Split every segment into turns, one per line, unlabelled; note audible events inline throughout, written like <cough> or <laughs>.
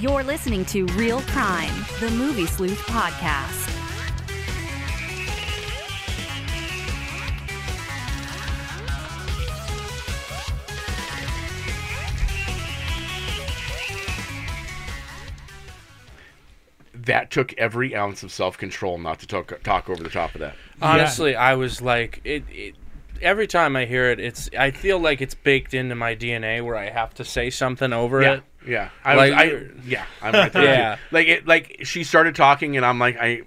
You're listening to Real Crime, the Movie Sleuth podcast.
That took every ounce of self control not to talk talk over the top of that.
Honestly, I was like, it, it. Every time I hear it, it's. I feel like it's baked into my DNA where I have to say something over
Yeah,
it.
yeah. I,
Like-
was, I yeah, I'm right there.
Yeah.
yeah, <laughs> like it, like she started talking, and I'm like, I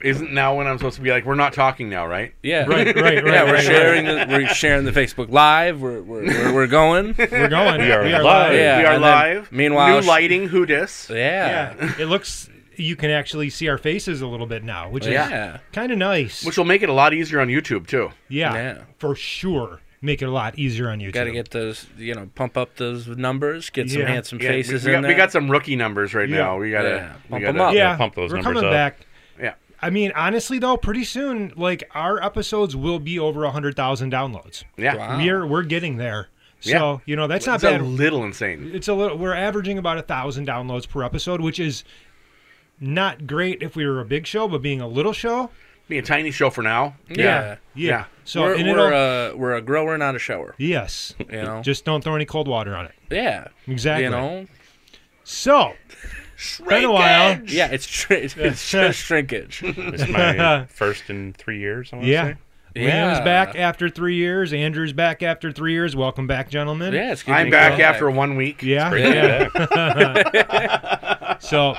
isn't now when I'm supposed to be like, we're not talking now, right?
Yeah, <laughs>
Right, right, right.
yeah,
right,
we're
right.
sharing. The, we're sharing the Facebook Live. We're we're, we're, we're
<laughs>
going.
We're going.
We are live.
Yeah,
we are
and then
live.
meanwhile,
new
she-
lighting. Who dis?
Yeah.
Yeah. It looks. You can actually see our faces a little bit now, which is
Yeah.
kind of nice.
Which will make it a lot easier on YouTube too.
yeah,
Yeah.
for sure. Make it a lot easier on YouTube.
Got to get those, you know, pump up those numbers, get some
Yeah.
handsome
Yeah, we-
faces
we, got,
in
we
there.
got some rookie numbers right
Yeah.
now. We gotta,
Yeah.
we
Pump
gotta
'em up.
yeah,
pump those
we're
numbers
coming
up.
back.
Yeah.
I mean, honestly though, pretty soon, like our episodes will be over hundred thousand downloads.
Yeah.
Wow.
We're we're getting there. So
Yeah.
you know that's not
It's
bad.
a little insane.
it's a little. We're averaging about a thousand downloads per episode, which is not great if we were a big show, but being a little show,
Be a tiny show for now.
Yeah.
yeah.
Yeah.
So
we're,
and it'll,
we're, a, we're a grower, not a shower.
yes,
<laughs> You know?
just don't throw any cold water on it.
yeah.
Exactly.
You know?
So been a while.
Yeah, it's, <laughs> tr- it's just
<laughs>
shrinkage.
This
<laughs>
is my first in three years. I wanna
Yeah.
say.
Liam's
Yeah.
back after three years. Andrew's back after three years. Welcome back, gentlemen.
yeah, it's good to
I'm
be
back after one week.
Yeah.
Bring
yeah.
it back.
<laughs> So,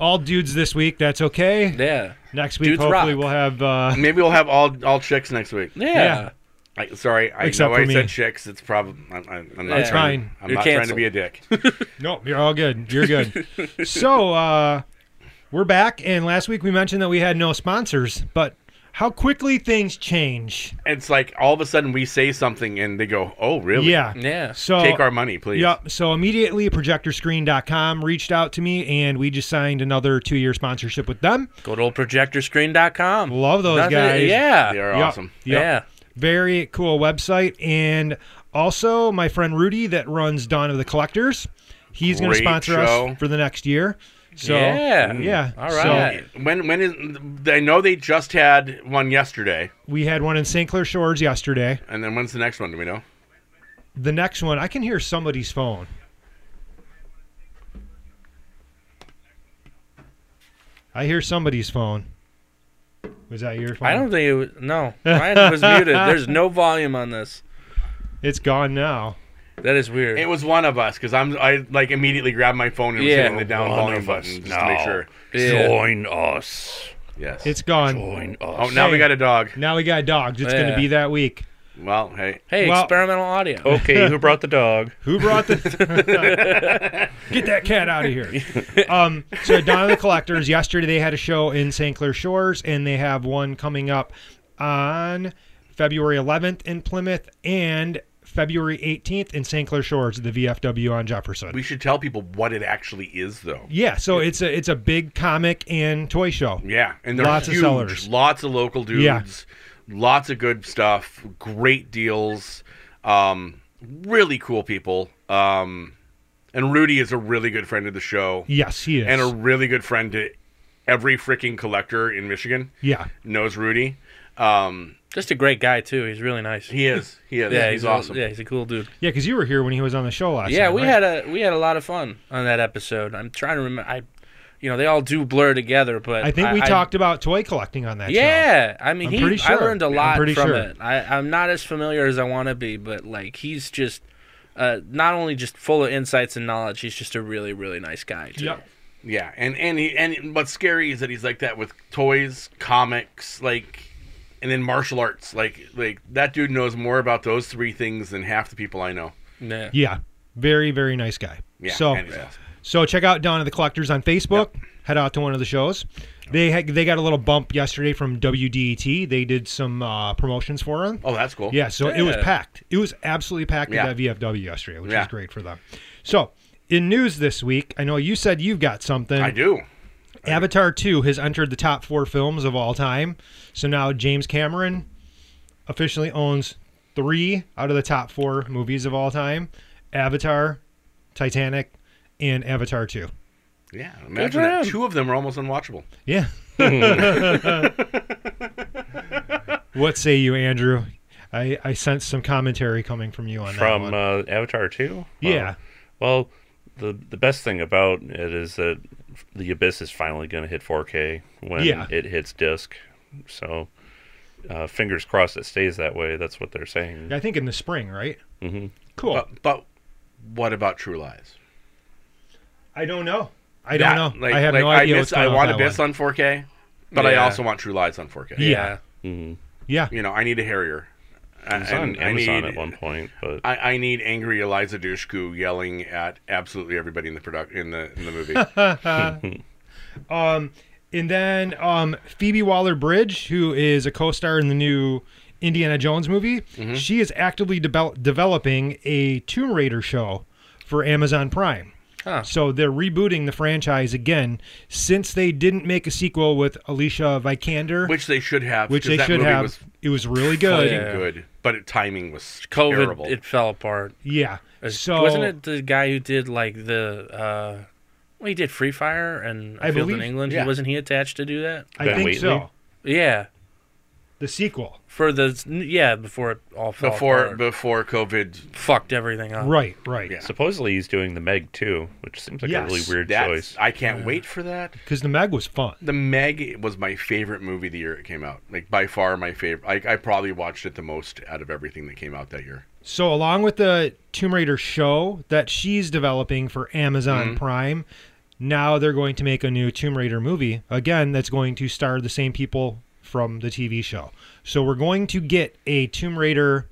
all dudes this week. That's okay.
Yeah.
Next week,
Dudes
hopefully,
rock.
we'll have.
<laughs>
Uh,
Maybe we'll have all all chicks next week.
Yeah.
Yeah.
I, sorry, I
Except
know
for
I
me.
said chicks. It's probably I'm, I'm, I'm not
It's
trying.
fine.
I'm
You're
not trying to
canceled.
be a
<laughs>
dick.
nope, you're all good. You're good. so, uh, we're back, and last week we mentioned that we had no sponsors, but how quickly things change.
it's like all of a sudden we say something and they go, "Oh, really?
Yeah.
Yeah.
So
Take our money, please."
Yep. So immediately, projectorscreen.com reached out to me, and we just signed another two-year sponsorship with them.
Go to oldprojectorscreen.com.
Love those guys.
Yeah.
They are
Yep,
awesome.
yep.
Yeah.
Very cool website. And also, my friend Rudy, that runs Dawn of the Collectors, he's going to
Great
sponsor
show.
us for the next year. So,
Yeah.
yeah.
All
So,
right.
When when is I know they just had one yesterday,
we had one in St. Clair Shores yesterday.
and then when's the next one? Do we know?
The next one, I can hear somebody's phone. I hear somebody's phone. Was that your phone?
I don't think it was.
<laughs>
No. Mine was muted. There's no volume on this.
It's gone now.
That is weird.
It was one of us because I'm I like immediately grabbed my phone and was
Yeah.
hitting the down
One
volume
of us
button just
now.
to make sure.
Yeah.
Join us.
Yes.
It's gone.
Join us.
oh, now we
Hey.
got a dog.
Now we got dogs. It's going
Yeah.
to be that week.
Well, hey,
hey,
Well-
experimental audio.
Oh.
Okay, who brought the dog?
Who brought the? Get that cat out of here. Um, so Dawn of the Collectors. Yesterday they had a show in St. Clair Shores, and they have one coming up on February 11th in Plymouth and February 18th in St. Clair Shores, at the VFW on Jefferson.
we should tell people what it actually is, though.
yeah, so it's a it's a big comic and toy show.
Yeah, and they're
Lots of
huge.
sellers.
Lots of local dudes.
Yeah.
Lots of good stuff. Great deals. Um, really cool people. Um, and Rudy is a really good friend of the show,
Yes, he is.
and a really good friend to every freaking collector in Michigan.
yeah,
Knows Rudy. Um,
Just a great guy, too. He's really nice.
he is. He is.
yeah,
he's,
a-
awesome.
yeah, he's a cool dude.
yeah, because you were here when he was on the show last.
Yeah,
time,
we
right?
had a we had a lot of fun on that episode. I'm trying to remember. I, you know, they all do blur together, but
I think we talked about toy collecting on that. show.
Yeah, I mean,
I'm
he,
pretty
I
sure.
learned a
I'm
lot
pretty
from
sure.
it. I, I'm not as familiar as I want to be, but like he's just. Uh, not only just full of insights and knowledge, he's just a really, really nice guy. Too.
Yep.
Yeah, and and he, and what's scary is that he's like that with toys, comics, like, and then martial arts. Like like that dude knows more about those three things than half the people I know.
Yeah.
Yeah. Very, very nice guy.
Yeah,
So,
and he's awesome.
so check out Dawn of the Collectors on Facebook. Head out to one of the shows. They ha- they got a little bump yesterday from WDET. They did some uh, promotions for them.
Oh, that's cool.
Yeah, so it was
Yeah.
packed. It was absolutely packed
Yeah.
at that VFW yesterday, which
Yeah.
is great for them. So, in news this week, I know you said you've got something.
I do.
Avatar 2 has entered the top four films of all time. So now James Cameron officially owns three out of the top four movies of all time Avatar, Titanic, and Avatar 2.
Yeah, imagine
for
that.
him.
Two of them are almost unwatchable. <laughs>
Yeah. what say you, Andrew? I, I sense some commentary coming from you on that
from
one.
uh, Avatar Two. Well,
Yeah.
Well, the the best thing about it is that the Abyss is finally going to hit 4K when
Yeah.
it hits disc. So, uh, fingers crossed it stays that way. That's what they're saying.
I think in the spring, right?
Mm-hmm.
Mhm.
Cool.
But, but what about True Lies?
I don't know. I don't
That-
know.
like-
I have
like,
no idea.
I,
what's
miss,
going
I
on
want
with that
Abyss
one.
on 4K, but I
Yeah.
also want True Lies on 4K.
Yeah.
Mhm.
Yeah.
You know, I need a Harrier. I,
It was on
I- I
Amazon
need-
at one point, but
I, I need angry Eliza Dushku yelling at absolutely everybody in the product in the in the
<laughs>
movie.
And then um, Phoebe Waller Bridge, who is a co star in the new Indiana Jones movie, she is actively devel- developing a Tomb Raider show for Amazon Prime.
Huh.
So they're rebooting the franchise again since they didn't make a sequel with Alicia Vikander, which,
which they should have.
they
because that
should
movie
have.
Was
it was really good.
yeah.
Yeah.
good, but it, timing was
COVID,
terrible.
it fell apart. As-
So
Uh, wasn't it the guy who did like the uh well, he did Free Fire and
I
Field
believe-
in England.
yeah.
He wasn't he attached to do that?
I
Ben
think
Wheatley?
so.
Yeah,
The sequel.
for the yeah before it all fell
before
apart.
before COVID,
fucked everything up.
Right, right.
Yeah.
supposedly he's doing the Meg too, which seems like a really
Yes,
weird
that's
choice.
I can't wait for that.
Because the Meg was fun.
The Meg was my favorite movie the year it came out. Like by far my favorite. Like I probably watched it the most out of everything that came out that year.
So, along with the Tomb Raider show that she's developing for Amazon
Mm-hmm.
Prime, now they're going to make a new Tomb Raider movie again that's going to star the same people from the TV show. So, we're going to get a Tomb Raider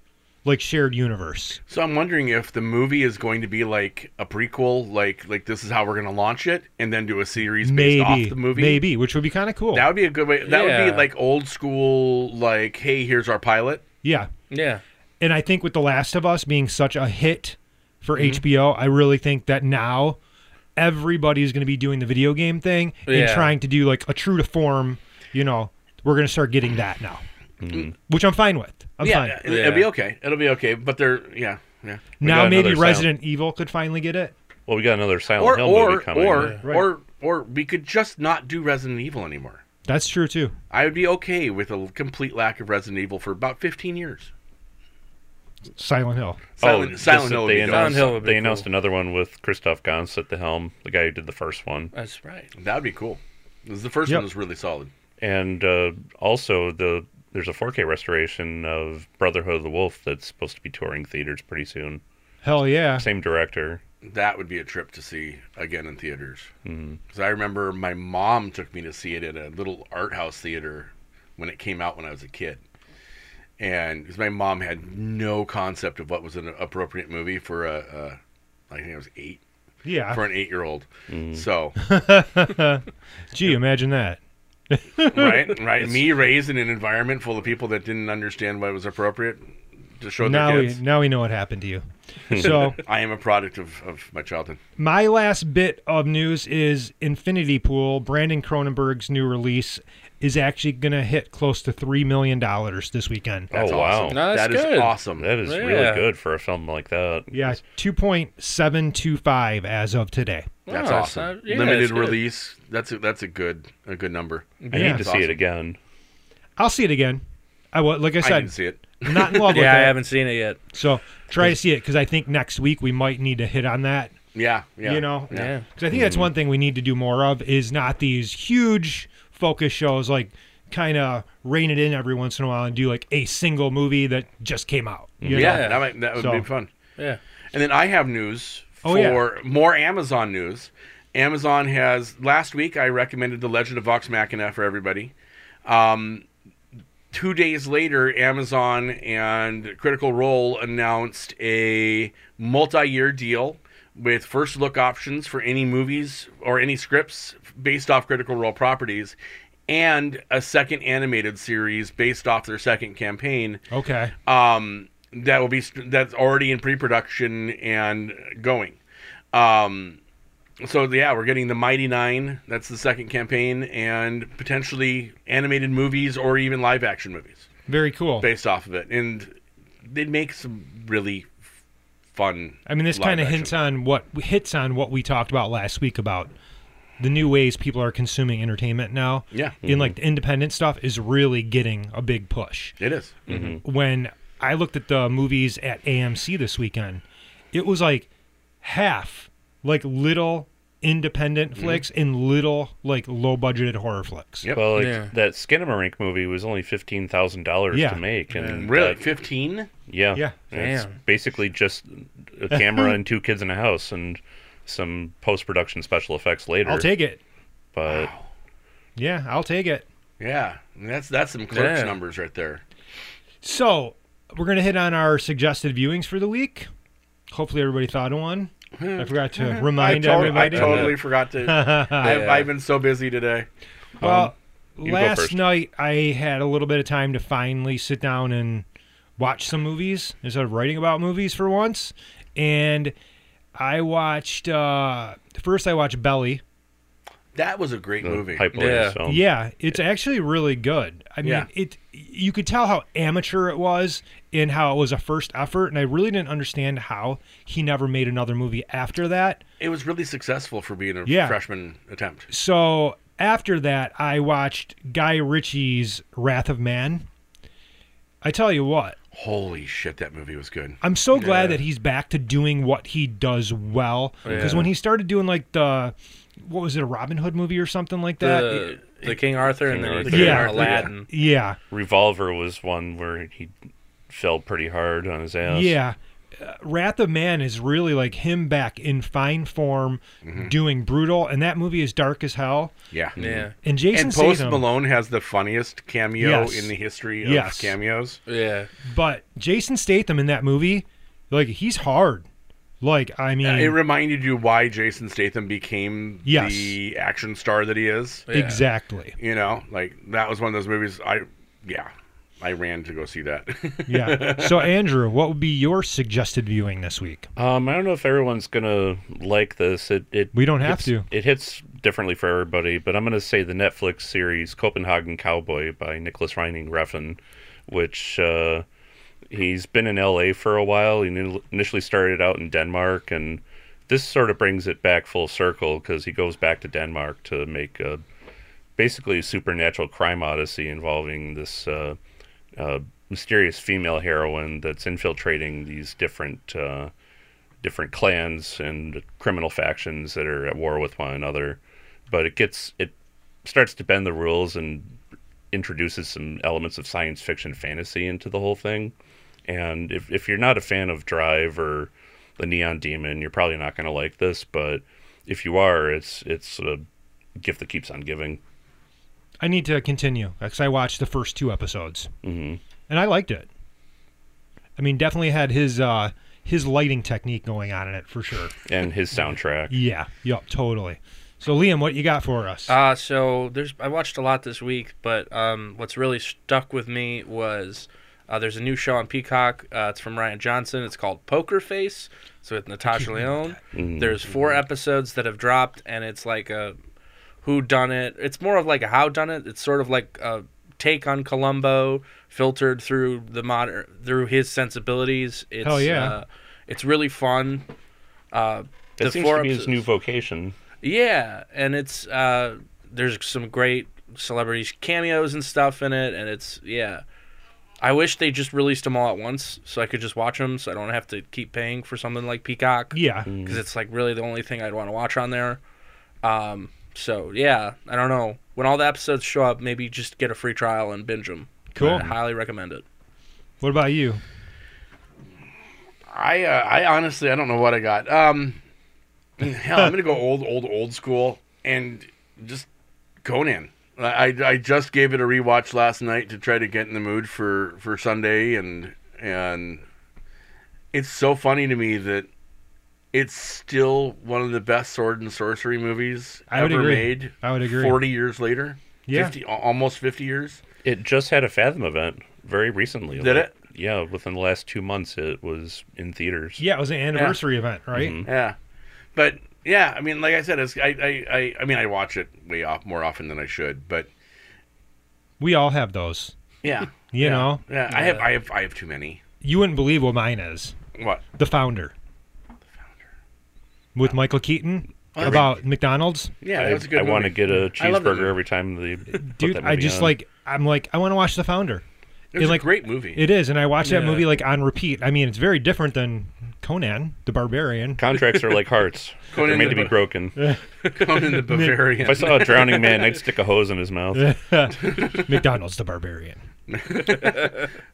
like shared universe.
So I'm wondering if the movie is going to be like a prequel, like like this is how we're going to launch it, and then do a series based
Maybe,
off the movie.
maybe, which would be kind of cool.
That would be a good way. That would
Yeah.
be like old school, like, hey, here's our pilot.
yeah.
Yeah.
And I think with The Last of Us being such a hit for HBO, I really think that now everybody's going to be doing the video game thing and
Yeah.
trying to do like a true to form, you know, we're going to start getting that now. Which I'm fine with. I'm
yeah,
fine.
it- it'll,
Yeah.
be okay. It'll be okay. But they're yeah, yeah.
now
got
maybe
another sound.
Resident Evil could finally get it.
Well, we got another Silent
Or
Hill
or
movie coming.
or
Right.
or or we could just not do Resident Evil anymore.
That's true too.
I would be okay with a complete lack of Resident Evil for about 15 years.
Silent Hill.
Silent,
oh,
Silent
just that
Hill. would
They
be
announced,
dope.
Silent Hill would be
they
cool.
announced another one with Christoph Gans at the helm, the guy who did the first one.
That's right.
That'd be cool. 'Cause The first
Yep.
one was really solid.
and uh, also the there's a 4K restoration of Brotherhood of the Wolf that's supposed to be touring theaters pretty soon.
Hell yeah.
Same director.
That would be a trip to see again in theaters.
Mm-hmm.
Because I remember my mom took me to see it at a little art house theater when it came out when I was a kid. And because my mom had no concept of what was an appropriate movie for a, a I think I was eight,
Ah.
Yeah.
for an eight year old.
Mm-hmm.
So,
Gee, imagine that.
right,
<laughs>
right. Me raised in an environment full of people that didn't understand what was appropriate to show
Now
their
we
kids.
now we know what happened to you. So
I am a product of, of my childhood.
My last bit of news is Infinity Pool, Brandon Cronenberg's new release, is actually going to hit close to $3 million this weekend.
That's
oh wow,
awesome.
No, that's
That is
good.
awesome.
that is
Yeah.
really good for a film like that.
Yeah, 2.725 as of today.
That's
No, it's
awesome.
not- yeah,
Limited
it's good.
release. That's a, that's a good a good number.
I
Yeah.
need to
That's
see it
awesome.
again.
I'll see it again. I will, like I
I
said,
didn't see it.
I'm
<laughs>
not in love with
Yeah, I
it.
haven't seen it yet.
So try to see it because I think next week we might need to hit on that.
Yeah, yeah.
you know,
yeah.
Yeah.
because I think that's one thing we need to do more of is not these huge focus shows like kind of rein it in every once in a while and do like a single movie that just came out. you know?
Yeah, that might that would
So-
be fun.
Yeah.
And then I have news
Oh,
for
yeah.
more Amazon news. Amazon has last week I recommended The Legend of Vox Machina for everybody. Um, two days later, Amazon and Critical Role announced a multi-year deal with first look options for any movies or any scripts based off Critical Role properties. And a second animated series based off their second campaign
Okay.
um, that will be that's already in pre-production and going. Um, so yeah, we're getting the Mighty Nine. That's the second campaign, and potentially animated movies or even live-action movies
Very cool.
based off of it. And they make some really f- fun.
I mean, this
live
kind of
action.
hints on what hits on what we talked about last week about the new ways people are consuming entertainment now.
Yeah. Mm-hmm.
In like the independent stuff is really getting a big push.
It is.
Mm-hmm. When I looked at the movies at AMC this weekend, it was like half like little independent
Mm-hmm.
flicks and little like low budgeted horror flicks.
Yep.
Well, like,
Yeah.
that Skinamarink movie was only fifteen thousand dollars
Yeah.
to make, and
Really?
that-
15?
yeah,
Yeah.
It's
Damn.
basically just
<laughs>
a camera and two kids in a house and some post production special effects later.
I'll take it.
but
Yeah, I'll take it.
Yeah. That's that's some clerks
Yeah.
numbers right there.
So we're gonna hit on our suggested viewings for the week. Hopefully everybody thought of one. I forgot to remind
I, tot- I
everybody.
totally forgot
<laughs>
to. I've, I've been so busy today.
Well,
you go
last
first.
night I had a little bit of time to finally sit down and watch some movies instead of writing about movies for once. And I watched uh, first. I watched Belly.
That was a great
the
movie.
Pipe
Yeah.
Layers film.
Yeah, it's actually really good. I mean,
Yeah.
it you could tell how amateur it was and how it was a first effort. And I really didn't understand how he never made another movie after that.
It was really successful for being a
Yeah.
freshman attempt.
So after that, I watched Guy Ritchie's Wrath of Man. I tell you what,
Holy shit, that movie was good.
I'm so glad that he's back to doing what he does well. Because
Yeah.
when he started doing like the, what was it, a Robin Hood movie or something like that?
the, the King Arthur
King
and then
Arthur.
the King
Yeah.
Aladdin.
yeah,
Revolver was one where he fell pretty hard on his ass.
yeah. Uh, Wrath of Man is really like him back in fine form,
Mm-hmm.
doing brutal, and that movie is dark as hell.
Yeah. Mm-hmm.
Yeah,
And Jason
And Post
Statham,
Malone has the funniest cameo
Yes.
in the history of
Yes.
cameos.
Mm-hmm. yeah.
but Jason Statham in that movie, like he's hard. Like I mean,
It reminded you why Jason Statham became
Yes.
the action star that he is.
Yeah.
exactly.
You know, like that was one of those movies I yeah, I ran to go see that. <laughs>
Yeah. so Andrew, what would be your suggested viewing this week?
Um, I don't know if everyone's gonna like this. It, it
We don't have
it's-
to.
It hits differently for everybody, but I'm gonna say the Netflix series Copenhagen Cowboy by Nicholas Reining Refn, which uh, he's been in L.A. for a while. He ni- initially started out in Denmark, and this sort of brings it back full circle because he goes back to Denmark to make a basically a supernatural crime odyssey involving this uh, uh, mysterious female heroine that's infiltrating these different uh, different clans and criminal factions that are at war with one another. But it gets it starts to bend the rules and introduces some elements of science fiction fantasy into the whole thing. And if if you're not a fan of Drive or the Neon Demon, you're probably not going to like this. But if you are, it's it's a gift that keeps on giving.
I need to continue because I watched the first two episodes, mm-hmm. and I liked it. I mean, definitely had his uh, his lighting technique going on in it for sure.
And his soundtrack.
Yeah, yep, totally. So Liam, what you got for us?
Uh, so there's I watched a lot this week, but um, what's really stuck with me was uh, there's a new show on Peacock. Uh, it's from Ryan Johnson. It's called Poker Face. So with Natasha Leone. There's four episodes that have dropped, and it's like a who done it. It's more of like a how done it. It's sort of like a take on Columbo, filtered through the modern through his sensibilities. It's,
Hell yeah.
Uh, it's really fun. Uh,
That
the
seems
four
to be his
episodes-
new vocation.
yeah, and it's uh, there's some great celebrities cameos and stuff in it, and it's yeah. I wish they just released them all at once so I could just watch them, so I don't have to keep paying for something like Peacock.
yeah,
because it's like really the only thing I'd want to watch on there. Um, so yeah, I don't know. When all the episodes show up, maybe just get a free trial and binge them.
Cool.
I highly recommend it.
what about you?
I uh, I honestly I don't know what I got. Um, <laughs> hell, I'm gonna go old old old school and just Conan. I I- I just gave it a rewatch last night to try to get in the mood for for Sunday and and it's so funny to me that it's still one of the best sword and sorcery movies
I would
ever
agree.
made.
I would agree.
Forty years later,
Yeah.
50, al- almost fifty years.
It just had a Fathom event very recently.
Did
Like-
it?
Yeah, within the last two months, it was in theaters.
Yeah, it was an anniversary event, right?
Yeah, Mm-hmm. but yeah, I mean, like I said, it's, I, I, I, I mean, I watch it way off more often than I should, but
We all have those.
yeah,
<laughs> You
Yeah.
know,
yeah, I have, I have, I have too many.
you wouldn't believe what mine is.
What?
The Founder. With Michael Keaton, about McDonald's,
Yeah,
I,
that was a good.
I want to
movie.
get a
I love that
cheeseburger every time they put
dude,
that
I
movie
just
on.
like I'm like I want to watch The Founder.
It was a
it, like-
great movie. <laughs>
It is, and I watch that
Yeah.
movie like on repeat. I mean, it's very different than Conan the Barbarian.
<laughs> contracts are
<laughs>
like hearts. They're
Conan
made to
the-
be broken. If
<laughs>
Conan the Bavarian.
I saw a drowning man, I'd stick a hose in his mouth.
McDonald's the Barbarian.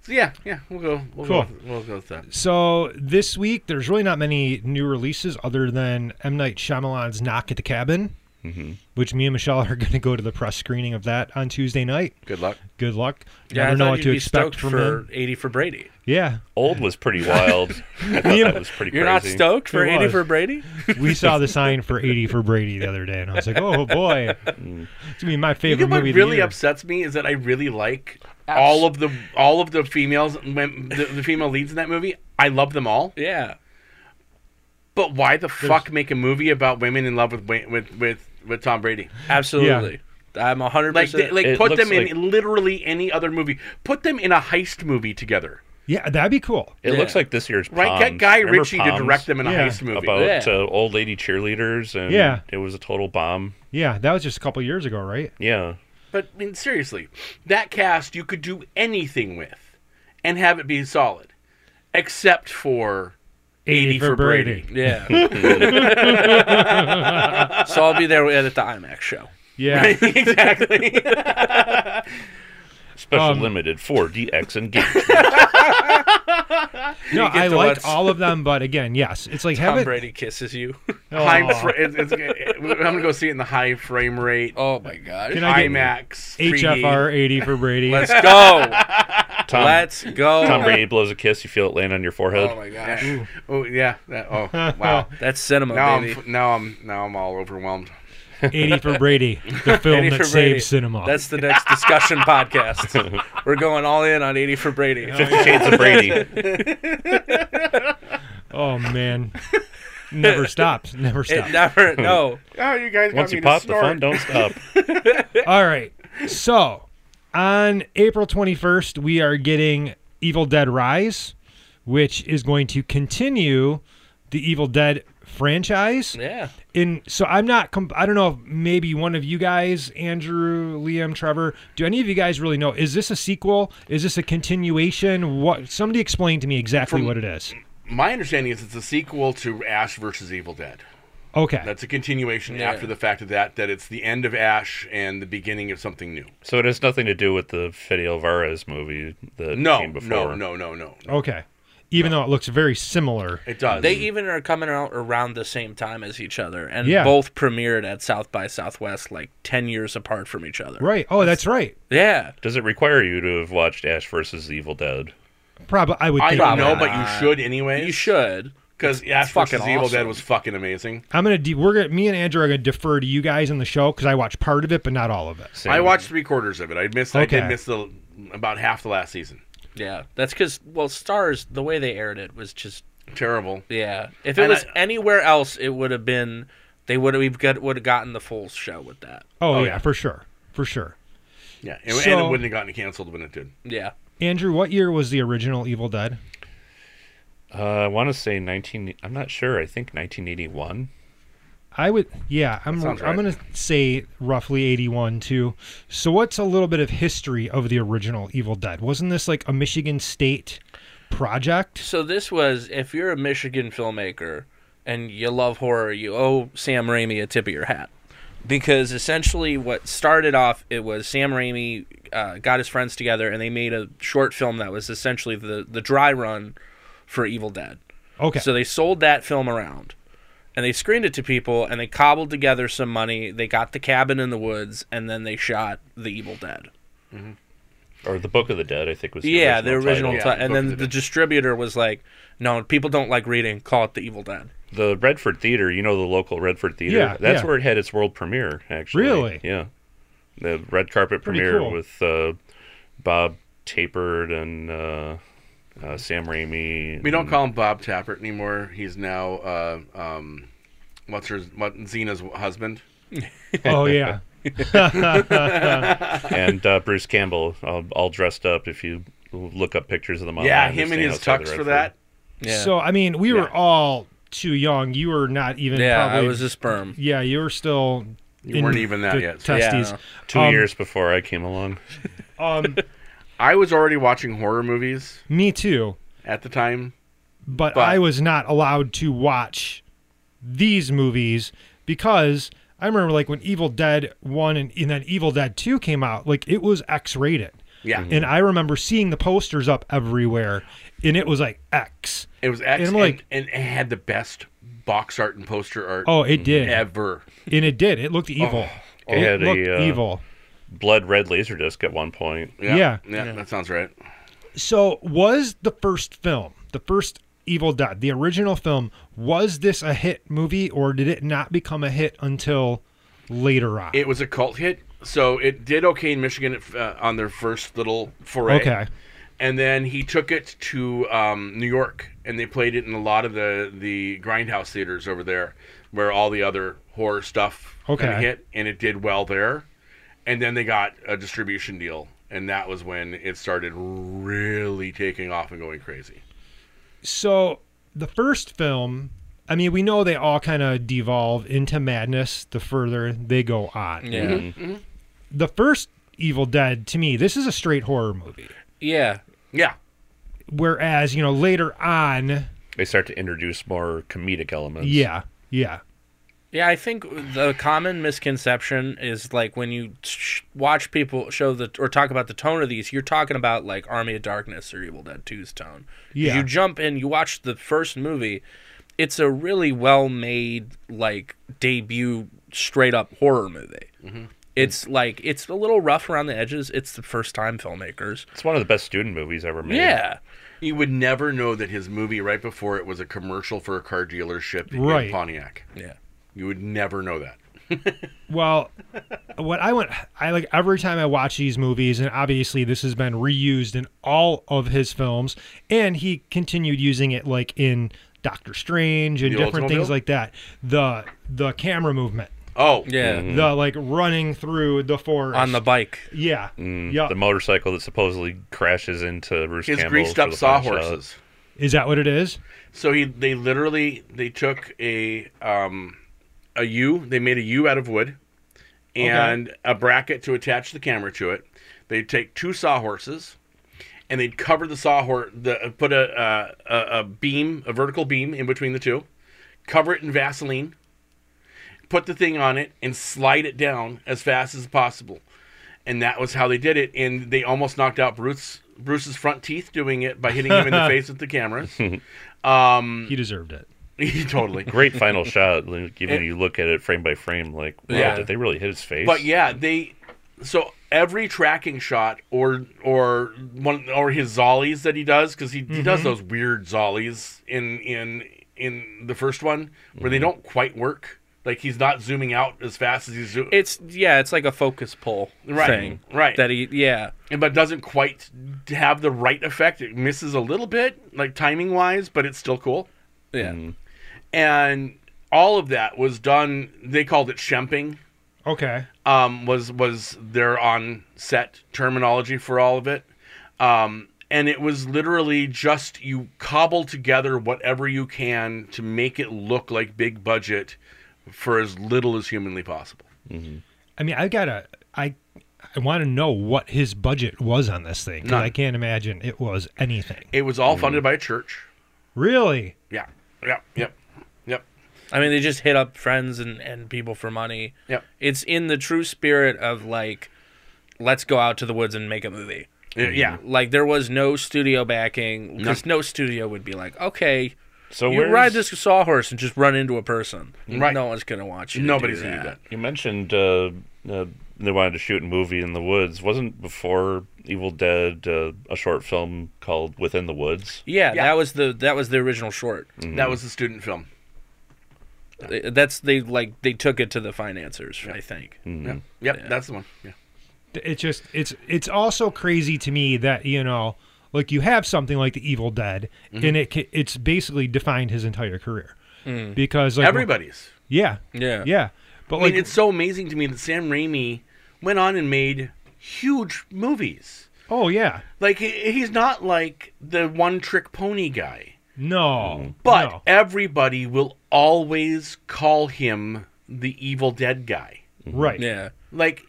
So yeah, yeah, we'll go. We'll
Cool.
go. with- We'll go with that.
So this week, there's really not many new releases other than M Night Shyamalan's Knock at the Cabin,
Mm-hmm.
which me and Michelle are <laughs> going to go to the press screening of that on Tuesday night.
Good luck.
Good luck.
Yeah, I
Never
thought
know what
you'd
to
be
expect
stoked
from
for
him.
80 for Brady.
Yeah,
Old was
<laughs>
pretty wild. I thought
<laughs>
that was pretty
You're not
crazy.
stoked for
It
80
was.
for Brady?
we saw the sign for 80 for Brady the other day, and I was like, oh
<laughs>
boy, it's
Mm.
gonna be my
You
favorite
know what
movie. of the
really
year.
upsets me is that I really like all of the all of the females, mem- the, the female leads in that movie. I love them all,
Yeah.
<laughs>
but why the fuck make a movie about women in love with wa- with with, with Tom Brady?
Absolutely. I'm 100%.
Like, they, like
It
put
looks
them in literally any other movie. Put them in a heist movie together,
Yeah, that'd be cool.
It
Yeah.
looks like this year's
right? Get
Palms.
Guy
Remember
Ritchie to
Palms?
direct them in a
Yeah.
heist movie.
about
Yeah.
uh, old lady cheerleaders, and
Yeah.
it was a total bomb.
Yeah, that was just a couple years ago, right?
Yeah,
But I mean, seriously, that cast you could do anything with, and have it be solid, except for
80
80 for
for
Brady.
Brady.
<laughs> yeah. so I'll be there at the IMAX show. <laughs>
Yeah,
exactly.
special
Um,
limited 4DX and
<laughs>
Gage.
no,
get
I
to
liked
watch-
all of them, but again, yes, it's like
Tom
heaven. Oh.
Brady kisses you.
High
Aw.
fra- it's, it's, I'm gonna go see it in the high frame rate,
Oh my god.
Can I get
IMAX, 3D.
HFR 80 for Brady. <laughs>
Let's go.
Tom,
Let's go.
Tom Brady blows a kiss, you feel it land on your forehead.
Oh my gosh.
Oh yeah. That, oh
<laughs>
wow.
That's cinema,
Now I'm
baby.
f- now I'm now I'm all overwhelmed.
80 for Brady,
<laughs>
the film
80
that
for Brady.
saves cinema.
That's the next discussion podcast. We're going all in on 80 for Brady.
Fifty Shades of
<laughs>
Brady.
oh man,
<laughs>
never stops, never
It
stops.
never, no.
Oh, you guys got
Once
me
you
to
pop the
snort.
fun, don't stop.
All right, so on April 21st, we are getting Evil Dead Rise, which is going to continue the Evil Dead franchise.
Yeah.
in so I'm not com- I don't know if maybe one of you guys Andrew Liam Trevor do any of you guys really know is this a sequel is this a continuation what somebody explain to me exactly what it is
My understanding is it's a sequel to Ash versus Evil Dead.
okay
That's a continuation
Yeah.
after the fact of that. That it's the end of Ash and the beginning of something new.
So it has nothing to do with the Fede Alvarez movie that
No,
came before.
no, no, no, no.
okay even though it looks very similar
It does.
They even are coming out around the same time as each other, and
Yeah.
both premiered at South by Southwest like ten years apart from each other.
right oh that's right
Yeah.
Does it require you to have watched Ash versus Evil Dead?
probably I would
I
think
don't know,
not.
but you should anyway.
You should.
because Ash
fucking
versus Evil Dead
awesome.
was fucking amazing.
I'm gonna de- we're gonna me and Andrew are gonna defer to you guys on the show because I watched part of it but not all of it
Same.
I watched three quarters of it. I missed. I
Okay.
did miss the about half the last season.
Yeah. That's because well, Stars the way they aired it was just
Terrible.
yeah. If it
And
was
I-
anywhere else, it would have been they would have got would have gotten the full show with that.
oh, yeah, for sure for sure
Yeah, and, and it
So-
wouldn't have gotten canceled when it did.
Yeah.
Andrew what year was the original Evil Dead
Uh, I want to say 19. I'm not sure. I think 1981.
I would, yeah, I'm,
sounds
I'm
right.
going to say roughly 81 too. So, what's a little bit of history of the original Evil Dead? Wasn't this like a Michigan State project?
So this was if you're a Michigan filmmaker and you love horror, you owe Sam Raimi a tip of your hat. Because essentially, what started off, it was Sam Raimi uh, got his friends together and they made a short film that was essentially the the dry run for Evil Dead.
Okay,
So they sold that film around and they screened it to people and they cobbled together some money. They got the cabin in the woods and then they shot The Evil Dead.
Or the Book of the Dead, I think was the
yeah,
original
the original
title.
title.
Yeah,
and
Book of
then
the
the,
Dead.
distributor was like, no, people don't like reading. Call it The Evil Dead.
The Redford Theater, you know the local Redford Theater.
Yeah,
that's
yeah.
where it had its world premiere. Actually,
Really?
Yeah, the red carpet
Pretty
premiere
cool.
with uh, Bob Tapert and uh, uh, Sam Raimi.
We don't
and-
call him Bob Tappert anymore. He's now uh, um, what's her what Xena's husband.
oh, yeah,
and uh, Bruce Campbell, all, all dressed up. If you look up pictures of them,
yeah,
online, they
him and
stand
his
outside the
tux for
Redford.
that.
Yeah.
So, I mean, we were all too young. You were not even.
Yeah,
probably,
I was a
<laughs>
sperm.
yeah, you were still.
You
in
weren't even that
the
yet, so-
Testes.
Yeah.
Two
Um,
years before I came along.
<laughs>
Um,
I was already watching horror movies
me too.
at the time.
but,
But-
I was not allowed to watch these movies because I remember like when Evil Dead 1 and, and then Evil Dead 2 came out, like it was X rated.
Yeah.
And I remember seeing the posters up everywhere and it was like X.
It was X,
And I'm
and,
like-
and, it had the best box art and poster art
Oh, it did.
ever.
And it did. It looked evil.
Oh,
It had a,
looked
uh,
evil.
Blood red laser disc at one point.
Yeah.
yeah, that sounds right.
So, was the first film, the first Evil Dead, the original film, was this a hit movie or did it not become a hit until later on?
It was a cult hit, so it did okay in Michigan uh, on their first little foray.
okay.
and then he took it to um, New York, and they played it in a lot of the the grindhouse theaters over there, where all the other horror stuff kinda
Okay.
hit, and it did well there. And then they got a distribution deal, and that was when it started really taking off and going crazy.
so the first film i mean we know they all kind of devolve into madness the further they go on
Yeah.
the first evil dead to me this is a straight horror movie
Yeah.
Yeah,
whereas you know later on
They start to introduce more comedic elements.
yeah yeah
Yeah, I think the common misconception is like when you sh- watch people show the or talk about the tone of these, you're talking about like Army of Darkness or Evil Dead 2's tone. 'Cause
Yeah.
You jump in, you watch the first movie. It's a really well-made like debut straight up horror movie. It's like it's a little rough around the edges. It's the first time filmmakers.
It's one of the best student movies ever made.
Yeah.
you would never know that his movie right before it was a commercial for a car dealership
Right.
in Pontiac.
Yeah.
You would never know that.
well what i went i like every time i watch these movies and obviously this has been reused in all of his films and he continued using it like in doctor strange and
The
different things
Oldsmobile?
like that the the camera movement
Oh,
Yeah.
the like running through the forest
Hmm. On the bike.
yeah yeah
The motorcycle that supposedly crashes into Bruce
his
Campbell
greased
for
up
the final shot.
sawhorses.
is that what it is
So he they literally they took a um a U, they made a U out of wood and a bracket to attach the camera to it. They'd take two sawhorses and they'd cover the sawhorse the put a, uh, a a beam, a vertical beam in between the two, cover it in Vaseline, put the thing on it and slide it down as fast as possible. And that was how they did it and they almost knocked out Bruce Bruce's front teeth doing it by hitting him in the face with the cameras.
he deserved it
<laughs> totally. <laughs>
Great final shot. Like, even you look at it frame by frame, like, wow,
Yeah.
did they really hit his face?
But yeah, they so every tracking shot or or one or his zollies that he does because he, he does those weird zollies in in in the first one where they don't quite work. Like he's not zooming out as fast as he's zooming,
It's yeah, it's like a focus pull
Right,
thing.
right.
That he yeah.
but doesn't quite have the right effect. It misses a little bit, like timing wise, but it's still cool.
Yeah.
And all of that was done. They called it shemping.
okay
um, was was their on set terminology for all of it, um, and it was literally just you cobble together whatever you can to make it look like big budget for as little as humanly possible.
i mean i gotta i i want to know what his budget was on this thing 'cause
None.
i can't imagine it was anything
It was all funded by a church.
really
Yeah, yeah, yep, yep,
I mean, they just hit up friends and, and people for money.
Yep.
It's in the true spirit of like, let's go out to the woods and make a movie.
Uh, yeah.
Like there was no studio backing because no. studio would be like, okay,
so
you
where's-
ride this sawhorse and just run into a person.
Right.
No one's gonna watch you. to
Nobody's
do
gonna do that.
You mentioned uh, uh, they wanted to shoot a movie in the woods. Wasn't before Evil Dead uh, a short film called Within the Woods?
Yeah,
Yeah.
that was the that was the original short.
That was the student film.
Uh, That's they like they took it to the financiers, I think.
Yep, yep, that's the one. Yeah.
it's just it's it's also crazy to me that you know like you have something like the evil dead
Mm-hmm.
and it ca- it's basically defined his entire career because like
Everybody's.
yeah
Yeah.
yeah but
Mm. I
like
mean, it's so amazing to me that Sam Raimi went on and made huge movies.
oh yeah
Like he- he's not like the one trick pony guy.
No.
But
no.
everybody will always call him the Evil Dead guy.
right,
Yeah.
Like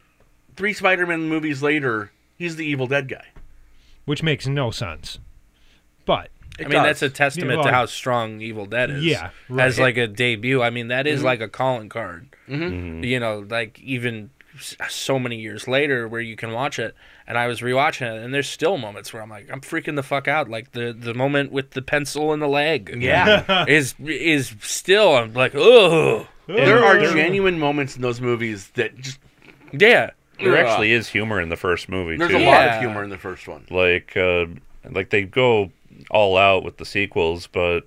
three Spider-Man movies later, he's the Evil Dead guy.
which makes no sense. But
I mean, that's a
t-
testament
Yeah, well,
to how strong Evil Dead is.
Yeah,
As
right. Mm-hmm.
like a debut, I mean, that is like a calling card.
Mm-hmm.
You know, like even s- so many years later, where you can watch it. And I was rewatching it, and there's still moments where I'm like, I'm freaking the fuck out. Like the the moment with the pencil in the leg.
<laughs>
<laughs> Yeah.
<laughs> is is still I'm like, oh
there
<laughs>
are
Ugh.
genuine moments in those movies that just
yeah.
There
Ugh.
actually is humor in the first movie
uh, there's
too.
a lot of
Yeah.
humor in the first one.
Like uh, like they go all out with the sequels, but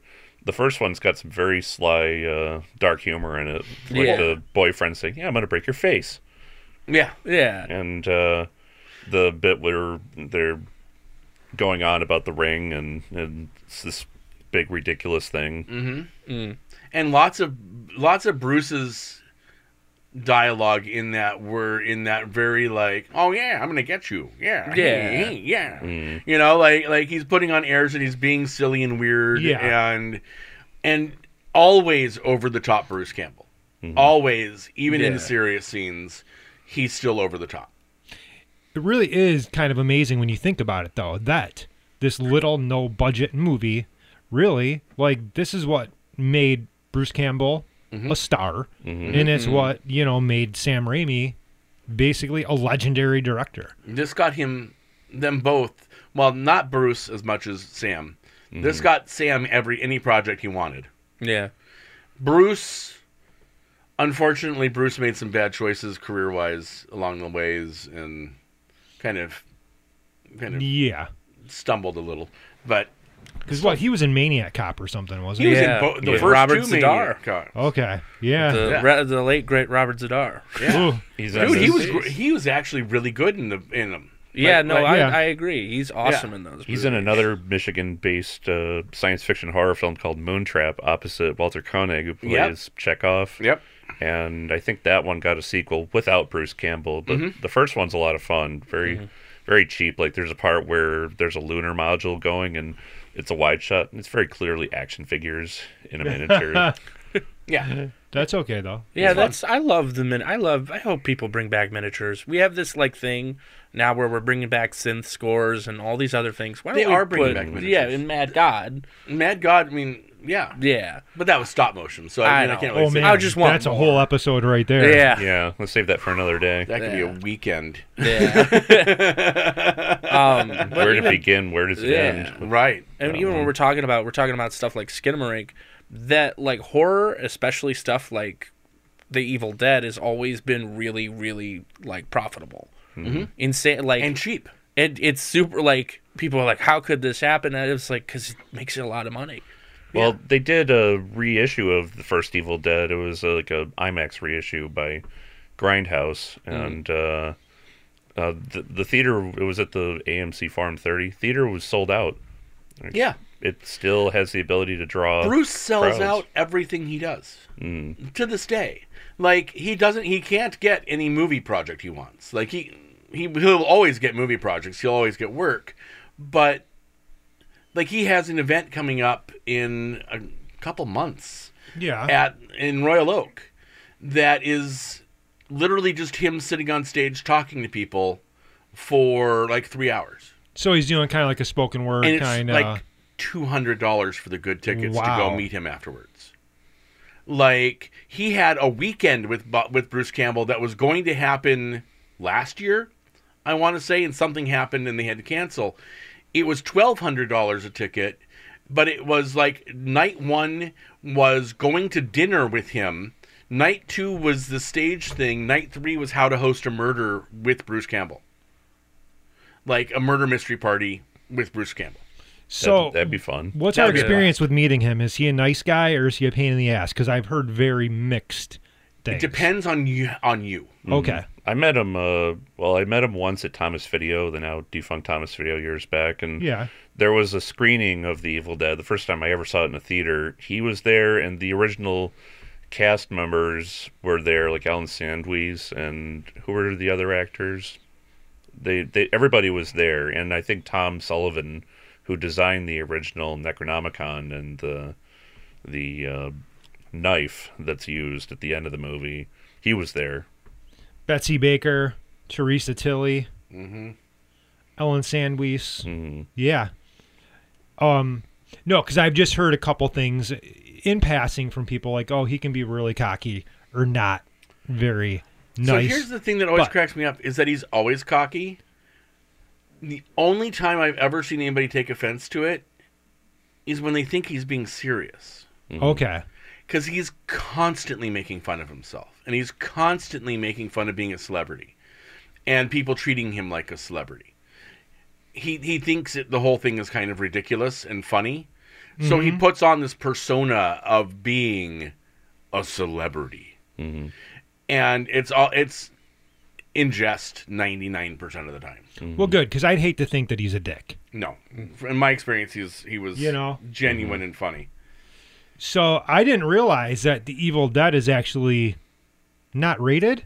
the first one's got some very sly, uh, dark humor in it. Like
Yeah.
the boyfriend saying, "Yeah, I'm gonna break your face,"
Yeah.
Yeah.
and uh, the bit where they're going on about the ring and, and it's this big ridiculous thing.
and lots of lots of Bruce's dialogue in that were in that very like, oh yeah, I'm gonna get you, yeah, hey,
Yeah. Mm-hmm.
hey, yeah, you know, like like he's putting on airs and he's being silly and weird,
Yeah.
and and always over the top, Bruce Campbell, always even in the
Mm-hmm. Yeah.
serious scenes, he's still over the top.
it really is kind of amazing when you think about it, though, that this little no budget movie really, like, this is what made Bruce Campbell
Mm-hmm.
a star. And it's what, you know, made Sam Raimi basically a legendary director.
This got him, them both. Well, not Bruce as much as Sam.
Mm-hmm.
This got Sam every any project he wanted.
Yeah.
Bruce, unfortunately, Bruce made some bad choices career wise along the ways and kind of kind of
Yeah.
stumbled a little. But
Because, what, he was in Maniac Cop or something, wasn't
he
he?
was
Yeah,
in bo- the
yeah.
first
Robert
two
Zadar.
Maniac Cops.
Okay. Yeah.
The
Yeah.
re- the late great Robert Zadar.
Ooh.
He's
Oh,
Dude, he
this-
was gr- he was actually really good in the in them.
Yeah, no,
like,
I,
yeah.
I agree. He's awesome in those.
He's in
movies.
another Michigan-based uh, science fiction horror film called Moontrap, opposite Walter Koenig, who plays
Yep.
Chekhov.
Yep.
And I think that one got a sequel without Bruce Campbell, but
Mm-hmm.
the first one's a lot of fun. Very, very cheap. Like there's a part where there's a lunar module going, and it's a wide shot, and it's very clearly action figures in
<laughs>
a miniature.
Yeah.
That's okay, though.
Yeah, that's I love the min. I love. I hope people bring back miniatures. We have this like thing now where we're bringing back synth scores and all these other things. Why don't
They
we
are bringing
put-
back miniatures.
Yeah, in Mad God.
Mad God, I mean, yeah.
Yeah,
But that was stop motion, so I,
I
mean, I
know.
can't really
Oh,
say
man.
I just want
That's a
more.
whole episode right there.
yeah, yeah.
yeah, let's save that for another day.
that could
Yeah.
be a weekend.
um, but
Where to
even-
begin? Where does it
Yeah.
end?
Right.
<laughs>
<laughs>
And even when we're talking about we're talking about stuff like Skinamarink, that like horror, especially stuff like The Evil Dead, has always been really, really like profitable. Mm-hmm. Insane, like
And cheap.
it, it's super like people are like how could this happen and it's like because it makes you a lot of money
Well, they did a reissue of the first Evil Dead. It was uh, like a IMAX reissue by Grindhouse,
Mm-hmm.
and uh, uh, the the theater it was at the AMC Farm 30 theater was sold out.
Yeah.
It still has the ability to draw.
Bruce sells
crowds.
out everything he does to this day. Like he doesn't, he can't get any movie project he wants. Like he, he he'll always get movie projects. He'll always get work, but like he has an event coming up in a couple months
Yeah.
at in Royal Oak that is literally just him sitting on stage talking to people for like three hours,
So he's doing kind of like a spoken word
and it's
kind of.
like two hundred dollars for the good tickets to
Wow.
go meet him afterwards. Like he had a weekend with Bu- with Bruce Campbell that was going to happen last year, I want to say, and something happened and they had to cancel. It was twelve hundred dollars a ticket, but it was like night one was going to dinner with him. Night two was the stage thing. Night three was how to host a murder with Bruce Campbell, like a murder mystery party with Bruce Campbell.
so
that'd, that'd be fun.
What's
That'd
our
be a
experience with meeting him? Is he a nice guy or is he a pain in the ass? Because I've heard very mixed things.
Depends on you. On you.
Okay.
I met him. Uh, well, I met him once at Thomas Video, the now defunct Thomas Video, years back, and
Yeah.
there was a screening of The Evil Dead. The first time I ever saw it in a theater, he was there, and the original cast members were there, like Alan Sandweiss and who were the other actors? They, they everybody was there, and I think Tom Sullivan, who designed the original Necronomicon and the the uh, knife that's used at the end of the movie. He was there.
Betsy Baker, Teresa Tilly,
Mm-hmm.
Ellen Sandweiss. Yeah. Um, no, because I've just heard a couple things in passing from people like, oh, he can be really cocky or not very
So
nice.
here's the thing that always
But-
cracks me up is that he's always cocky. The only time I've ever seen anybody take offense to it is when they think he's being serious.
okay.
Because he's constantly making fun of himself. And he's constantly making fun of being a celebrity. And people treating him like a celebrity. He he thinks that the whole thing is kind of ridiculous and funny. So
Mm-hmm.
he puts on this persona of being a celebrity.
Mm-hmm.
And it's all it's in jest 99% of the time.
Well, good, because I'd hate to think that he's a dick.
No. In my experience he was he was
You know. Mm-hmm.
genuine and funny.
So I didn't realize that The Evil Dead is actually not rated.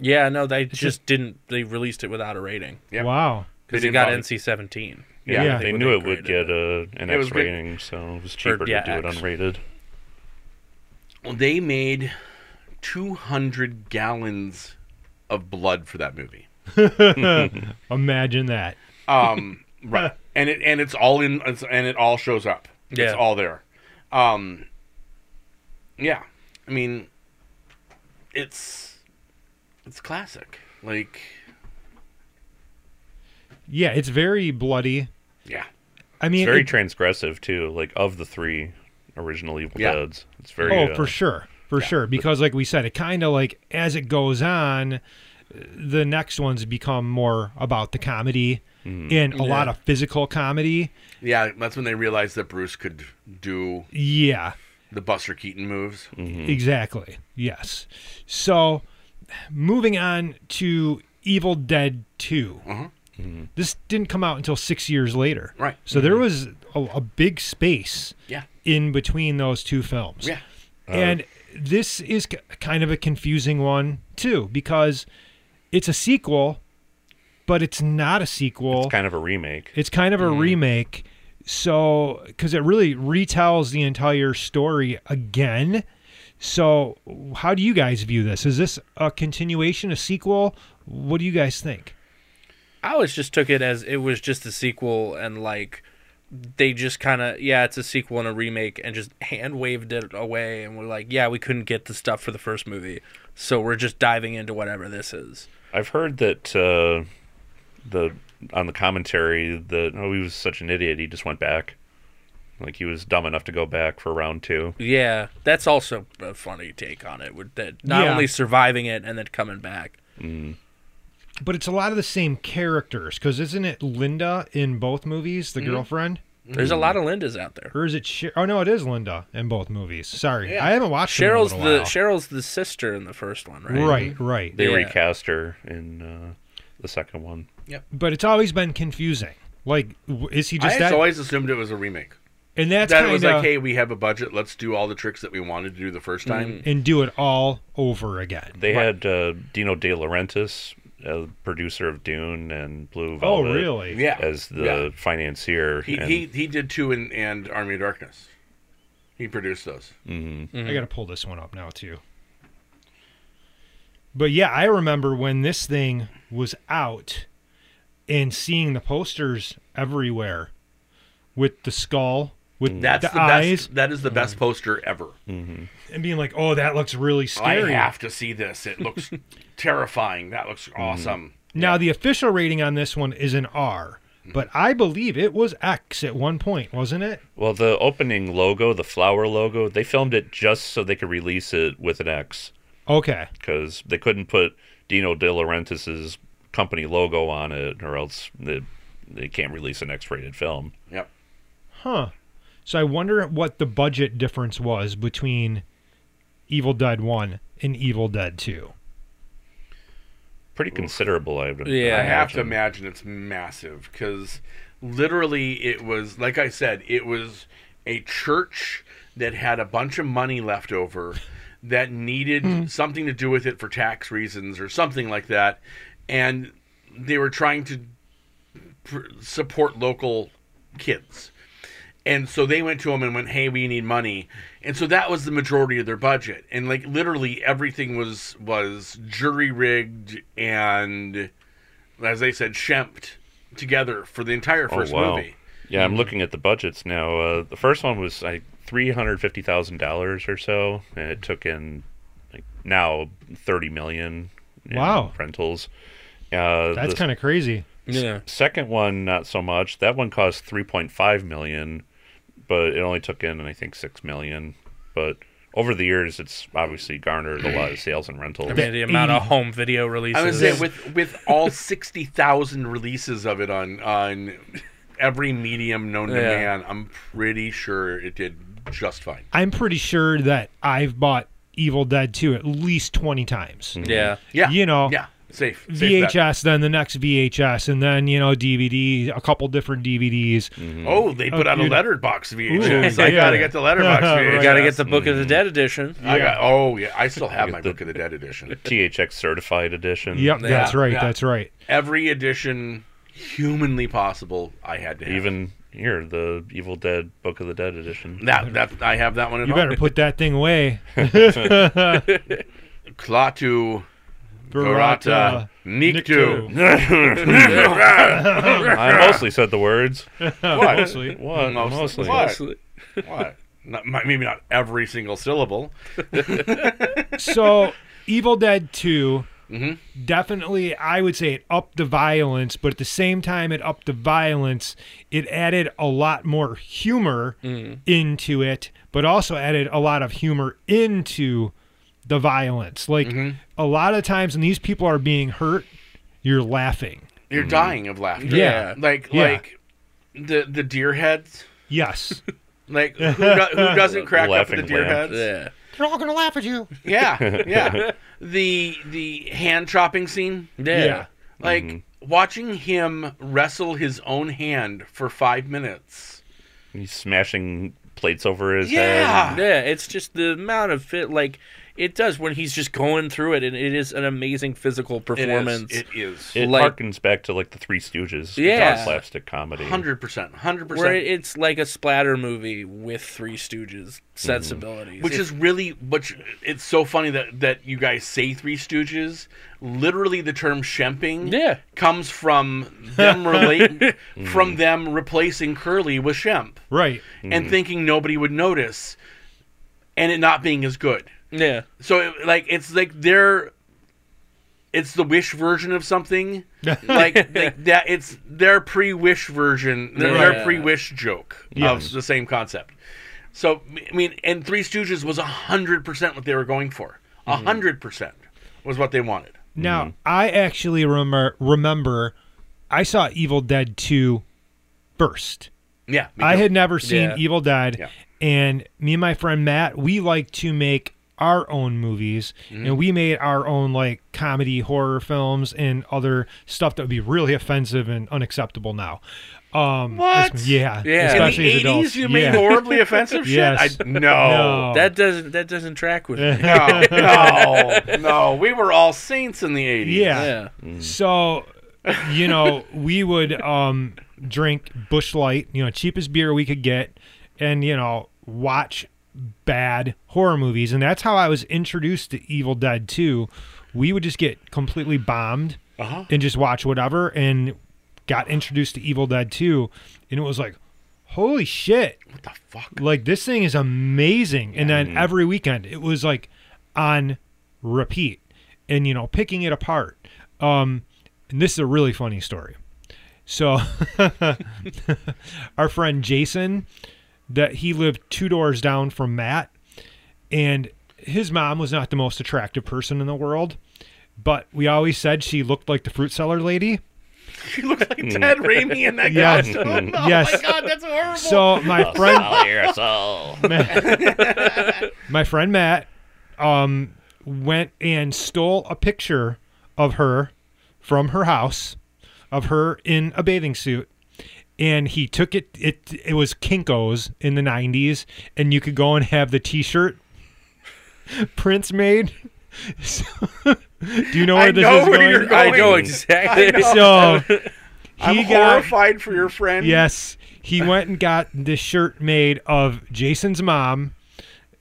Yeah, no, they just didn't. They released it without a rating
Yeah.
Wow.
because
They
it got
didn't
NC-17.
Yeah.
Yeah,
I
they
think
knew
they
it would
graded
get a, an
It was
X
good.
rating, so it was cheaper
yeah,
to do
X.
it unrated.
Well, they made 200 gallons of blood for that movie.
Imagine that.
Um, right. And it and it's all in it's, and it all shows up.
Yeah.
It's all there. Um, yeah. I mean it's it's classic. Like
Yeah, it's very bloody.
yeah.
I mean,
It's very
it-
transgressive too. Like of the three original Evil
Yeah.
Deads, it's very.
oh,
uh,
for sure, for sure. Because like we said, it kind of like as it goes on, the next ones become more about the comedy and a lot of physical comedy.
Yeah, that's when they realized that Bruce could do
Yeah.
the Buster Keaton moves.
Mm. Exactly. Yes. So, moving on to Evil Dead 2. This didn't come out until six years later.
Mm-hmm. Right.
So there was a, a big space
Yeah.
in between those two films.
Yeah.
And this is k- kind of a confusing one, too, because it's a sequel, but it's not a sequel.
It's kind of a remake.
It's kind of
Mm-hmm.
a remake. So, because it really retells the entire story again. So, how do you guys view this? Is this a continuation, a sequel? What do you guys think?
I always just took it as it was just a sequel and like they just kind of yeah it's a sequel and a remake and just hand waved it away and we're like yeah we couldn't get the stuff for the first movie so we're just diving into whatever this is
I've heard that uh, the on the commentary that oh he was such an idiot he just went back, like he was dumb enough to go back for round two.
yeah that's also a funny take on it with that not
Yeah.
only surviving it and then coming back
But it's a lot of the same characters, because isn't it Linda in both movies, the
Mm-hmm.
girlfriend?
there's
Mm-hmm.
a lot of lindas out there
Or is it? Sher- oh no, it is Linda in both movies. Sorry, I haven't watched them in a
cheryl's the
little while.
cheryl's the sister in the first one right
Right, right.
They
Yeah.
recast her in uh, the second one.
But it's always been confusing. Like, w- is he
I just
just that?
always assumed it was a remake.
and that's
that
kind
it was
of
like, hey, we have a budget. Let's do all the tricks that we wanted to do the first time.
and do it all over again.
They had uh, Dino De Laurentiis, uh, producer of Dune and Blue
Oh,
Velvet,
really?
Yeah,
as the
yeah.
financier.
He,
and-
he he did two in and Army of Darkness. He produced those. Mm-hmm.
I gotta pull this one up now too. But yeah, I remember when this thing was out and seeing the posters everywhere with the skull with
Mm. That's
the,
the,
eyes
best. That is the best poster ever.
and being like, "Oh, that looks really
I
scary."
have to see this. It looks terrifying. That looks awesome.
Now the official rating on this one is an R,
Mm.
but I believe it was X at one point, wasn't it?
Well, the opening logo, the flower logo, they filmed it just so they could release it with an X
Okay.
because they couldn't put Dino De Laurentiis's company logo on it, or else they, they can't release an X-rated film.
Yep.
Huh. So I wonder what the budget difference was between Evil Dead 1 and Evil Dead 2.
Pretty considerable, I would.
Yeah.
I have to imagine it's massive because literally it was like I said, it was a church that had a bunch of money left over that needed something to do with it for tax reasons or something like that, and they were trying to pr- support local kids. And so they went to him and went, "Hey, we need money." And so that was the majority of their budget. And like literally everything was was jury rigged and as they said, shemped together for the entire
Oh,
first movie.
Oh, Yeah, I'm looking at the budgets now. Uh, the first one was like three hundred fifty thousand dollars or so, and it took in like now thirty million. in
Wow.
rentals. Uh,
That's
the
kind of crazy.
Yeah.
second one not so much. That one cost three point five million, but it only took in I think six million. But over the years, it's obviously garnered a lot of sales and rentals.
I mean, the amount of home video releases.
I was saying with with all sixty thousand releases of it on on every medium known to
Yeah.
man, I'm pretty sure it did just fine.
I'm pretty sure that I've bought Evil Dead 2 at least 20 times.
yeah.
Yeah,
You know,
yeah, safe. safe bet.
VHS, then the next VHS, and then, you know, DVD, a couple different DVDs.
Hmm.
Oh, they put out a
dude.
letterbox VHS. I
yeah.
gotta get the
<laughs>
letterbox VHS.
You got to get the Book of the Dead edition.
I got. Oh yeah, I still have
Get
my
the-
Book of the Dead edition.
THX certified edition.
Yep, that's right.
yeah.
That's right.
Every edition humanly possible, I had to have.
Even here, the Evil Dead Book of the Dead
<laughs>
edition.
that. That I have that one at
You
home.
better put that
<laughs>
thing away.
Klaatu, Barata,
Barata.
Niktu. <laughs>
I mostly said the words.
What?
What?
Mm, Mostly.
Mostly.
What? What? Not, mi- maybe not every single syllable.
so Evil Dead 2 Mm-hmm. definitely I would say it upped the violence, but at the same time it upped the violence, it added a lot more humor into it, but also added a lot of humor into the violence. Like a lot of times when these people are being hurt, you're laughing.
Hmm.
You're dying of laughter.
Yeah.
Like
Yeah.
like the the deer heads.
Yes.
Like who, do, who
<laughs>
doesn't crack up at the
Laughing
deer
lamb.
heads?
Yeah.
<laughs> They're all gonna laugh at you.
Yeah, yeah. the the hand chopping scene.
Yeah.
Yeah.
Like watching him wrestle his own hand for five minutes.
He's smashing plates over his
Yeah.
head.
Yeah, it's just the amount of fit like it does when he's just going through it and it is an amazing physical
It is.
performance.
It is.
It
Like-
harkens back to like the Three Stooges.
Yeah.
on slapstick comedy.
Hundred percent. Hundred
where
percent.
it's like a splatter movie with Three Stooges sensibilities.
Which
It-
is really which it's so funny that that you guys say Three Stooges. Literally, the term shemping
Yeah.
comes from
<laughs>
them relate from them replacing Curly with Shemp
Right.
and thinking nobody would notice, and it not being as good.
yeah.
So it, like it's like their it's the wish version of
<laughs>
something. like, like that it's their pre-wish version, their,
Yeah.
their pre-wish joke
Yes.
of the same concept. So I mean, and Three Stooges was hundred percent what they were going for. 100 percent was what they wanted.
Now, I actually remember, remember I saw Evil Dead 2 first.
Yeah, me
I
too.
had never seen
Yeah.
Evil Dead,
Yeah.
and me and my friend Matt, we like to make our own movies,
Mm-hmm.
and we made our own like comedy horror films and other stuff that would be really offensive and unacceptable now. Um,
What?
es-
Yeah.
Yeah,
In the
in
Especially
the
as
eighties
adults.
you
yeah.
made horribly
<laughs>
offensive shit.
Yes.
I, no.
No.
That doesn't that doesn't track with me.
No, no,
<laughs>
no. We were all saints in the 80s.
Yeah.
Yeah.
So, you know, we would um drink Bush Light, you know, cheapest beer we could get, and you know, watch bad horror movies, and that's how I was introduced to Evil Dead 2. We would just get completely bombed and just watch whatever, and got introduced to Evil Dead 2, and it was like, holy shit,
What the fuck?
like this thing is amazing and then every weekend it was like on repeat and you know picking it apart um and this is a really funny story so <laughs> our friend jason that he lived two doors down from matt and his mom was not the most attractive person in the world but we always said she looked like the fruit seller lady
He looks like Ted Raimi in that
Yes.
Mm.
costume.
<laughs>
Oh
<laughs> Yes.
my god, that's horrible.
so my
<laughs>
friend
your soul.
my friend Matt um, went and stole a picture of her from her house of her in a bathing suit and he took it it it was Kinko's in the 90s and you could go and have the t-shirt <laughs> prints made <laughs> So- do you know where
I
<laughs>
this
know
is
where
going?
you're
I know
going.
exactly.
I know.
so he
<laughs> I'm
got
horrified for your friend.
yes he went and got this shirt made of Jason's mom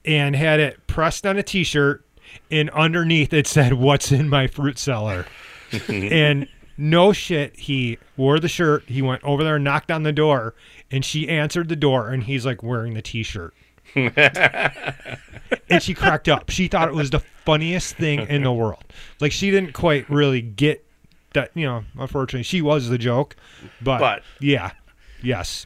and had it pressed on a t shirt, and underneath it said, What's in my fruit cellar? and no shit, he wore the shirt. He went over there and knocked on the door, and she answered the door, and he's like wearing the
<laughs>
t shirt. and she cracked up. She thought it was the funniest thing in the world. Like she didn't quite really get that, you know, unfortunately she was the joke. But,
But-
yeah. Yes.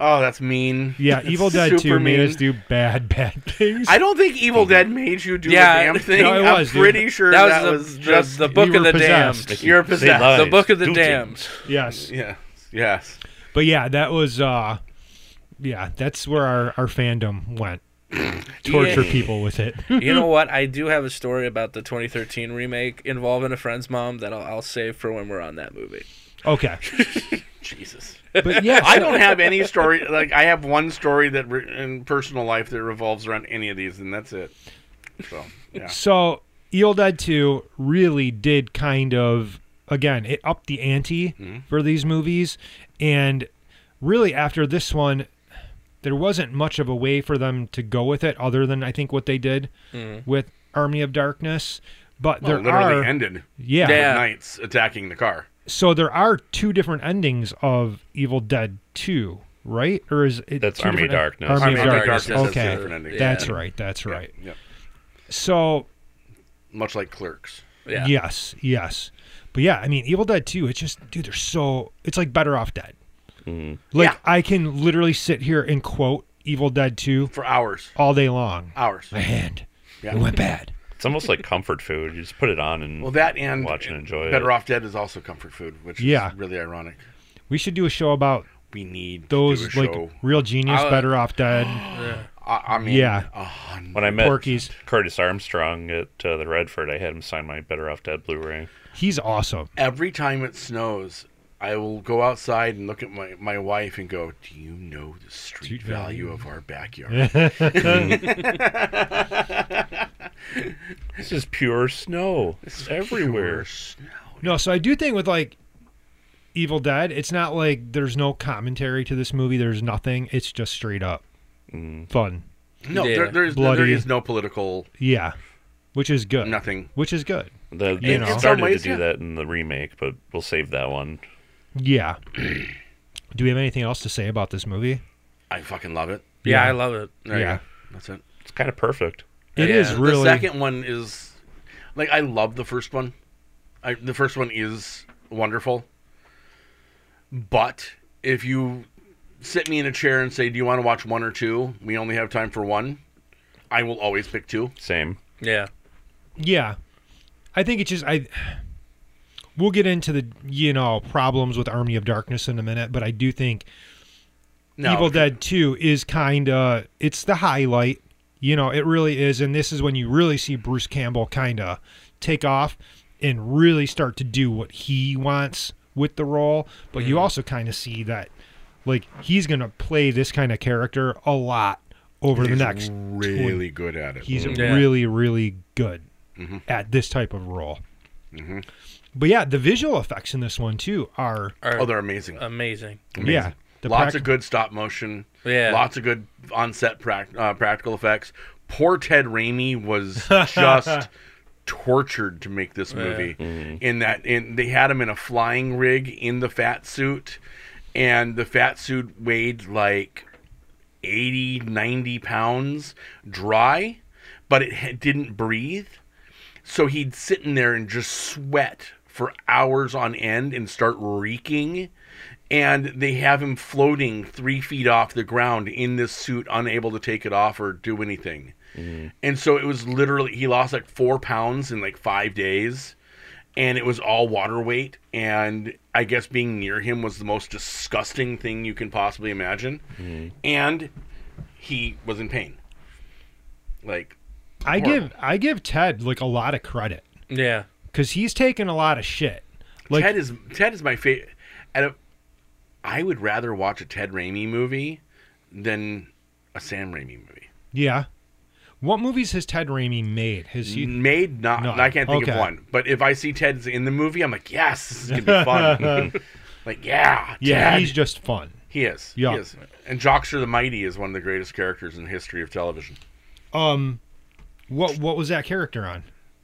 Oh, that's mean. <laughs>
Yeah,
That's
Evil Dead 2
super
made
mean.
us do bad, bad things.
I don't think Evil Dead made you do
Yeah,
a
<laughs>
damn thing.
no, it
I'm
was, dude.
pretty sure
<laughs> That
that
was,
was,
the, the-
just
the book
you
of
were
the damned.
possessed.
you're
They
possessed.
lied.
The book of the
Guilty.
damned.
<laughs>
yes.
Yeah. Yes.
But yeah, that was uh yeah, that's where our, our fandom went. Torture
Yeah.
people with it. <laughs>
you know what? I do have a story about the 2013 remake involving a friend's mom that I'll, I'll save for when we're on that movie.
okay.
<laughs>
Jesus.
But yeah,
I don't
<laughs>
have any story. Like I have one story that re- in personal life that revolves around any of these, and that's it. So yeah.
So Evil Dead 2 really did kind of again it upped the ante for these movies, and really after this one, there wasn't much of a way for them to go with it other than I think what they did with Army of Darkness. But
Well,
there
Oh, literally
are
ended.
yeah,
Yeah.
Knights attacking the car.
so there are two different endings of Evil Dead 2, right? Or is it
That's
two
Army of
different-
Darkness.
Army, of Darkness.
has
Okay,
a different ending.
that's
Yeah.
right. That's right.
Yep.
So
Much like Clerks.
Yeah.
Yes, yes. But yeah, I mean, Evil Dead 2, it's just, dude, they're so, it's like Better Off Dead. Like,
Yeah.
I can literally sit here and quote Evil Dead 2
For hours.
all day long.
Hours.
And
Yeah.
it went bad.
It's almost like comfort food. You just put it on and
Well, that and
watch and enjoy
Better
it.
Off Dead is also comfort food, which
Yeah.
is really ironic.
We should do a show about
We need to do
those,
a
like,
show.
real genius
I'll-
Better Off Dead
I, I mean,
Yeah.
a hundred-
When I met
porkies.
Curtis Armstrong at uh, the Redford, I had him sign my Better Off Dead Blu-ray.
He's awesome.
every time it snows, I will go outside and look at my, my wife and go, "Do you know the street,
Street
value, of our backyard?"
This is pure snow. It's everywhere.
No, so I do think with, like, Evil Dead, it's not like there's no commentary to this movie. There's nothing. It's just straight up
Mm.
fun.
No,
Yeah.
there, there's there
Bloody.
is no political
Yeah. Which is good.
nothing.
Which is good.
The,
You
they
know. In some
started
ways,
to do
yeah.
that in the remake, but we'll save that one.
Yeah. <clears throat> Do we have anything else to say about this movie?
I fucking love it.
Yeah,
Yeah.
I love it.
There you
Yeah.
go. that's it.
It's kind of perfect.
It is
Yeah.
really
The second one is like I love the first one. I, the first one is wonderful, but if you sit me in a chair and say, "Do you want to watch one or two? We only have time for one. I will always pick two.
Same.
Yeah.
yeah. I think it's just I we'll get into the you know problems with Army of Darkness in a minute, but I do think
No,
Evil Dead 2 is kind of it's the highlight. You know, it really is and this is when you really see Bruce Campbell kind of take off and really start to do what he wants with the role, but
Mm.
you also kind of see that like he's going to play this kind of character a lot over the next 20
really good Mm-hmm. at it.
He's
Yeah.
really, really good at this type of role.
Mm-hmm.
But yeah, the visual effects in this one too are
Are
oh, they're amazing.
amazing.
yeah, Uh, the
lots
prac-
of good stop motion.
Yeah.
Lots of good on-set prac- uh, practical effects. Poor Ted Raimi
<laughs>
was just tortured to make this movie. In that, in they had him in a flying rig in the fat suit, and the fat suit weighed like 80, 90 pounds dry, but it ha- didn't breathe. So he'd sit in there and just sweat for hours on end and start reeking. And they have him floating three feet off the ground in this suit, unable to take it off or do anything. And so it was literally, he lost like four pounds in like five days. And it was all water weight. And I guess being near him was the most disgusting thing you can possibly imagine. And he was in pain. Like,
I
horrible.
give I give Ted like a lot of credit
Yeah.
because he's taken a lot of shit. Like
Ted is Ted is my favorite. And uh, I would rather watch a Ted Raimi movie than a Sam Raimi movie.
yeah, what movies has Ted Raimi made? Has he?
Made not.
No,
I can't think
okay.
of one. But if I see
<laughs>
Ted's in the movie, I'm like, yes, this is gonna be fun. like, yeah,
Yeah,
Ted.
he's just fun.
He is.
Yeah.
He is. And Jockster the Mighty is one of the greatest characters in the history of television.
Um, what what was that character on?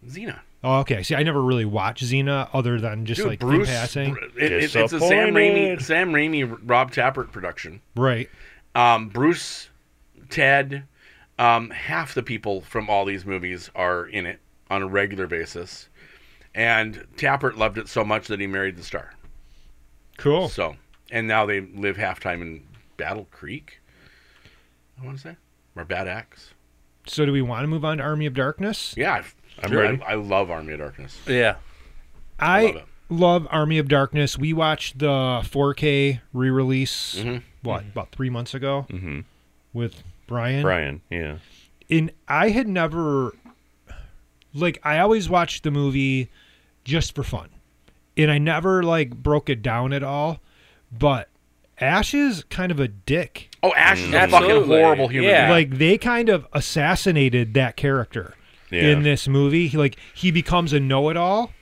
Xena.
Oh, okay. See, I never really watched Xena other than just
Dude,
like in
Bruce.
passing.
Br- it- it- it's a Sam Raimi,
Disappointed.
Sam Raimi, Rob Tappert production.
right.
Um, Bruce, Ted, um, half the people from all these movies are in it on a regular basis. And Tappert loved it so much that he married the star.
Cool.
So, and now they live halftime in Battle Creek. I want to say, or Bad Axe.
So, do we want to move on to Army of Darkness?
Yeah, I've,
I'm
sure,
ready.
I, I love Army of Darkness.
Yeah.
I
love
love,
it.
Army of Darkness. We watched the 4K re-release
Mm-hmm.
what about three months ago
Mhm.
with Brian.
Brian, yeah.
And I had never like I always watched the movie just for fun, and I never like broke it down at all. But Ash is kind of a dick.
Oh, Ash is a fucking
Absolutely.
horrible human.
Yeah.
being.
Like they kind of assassinated that character
Yeah.
in this movie. He, like he becomes a know-it-all,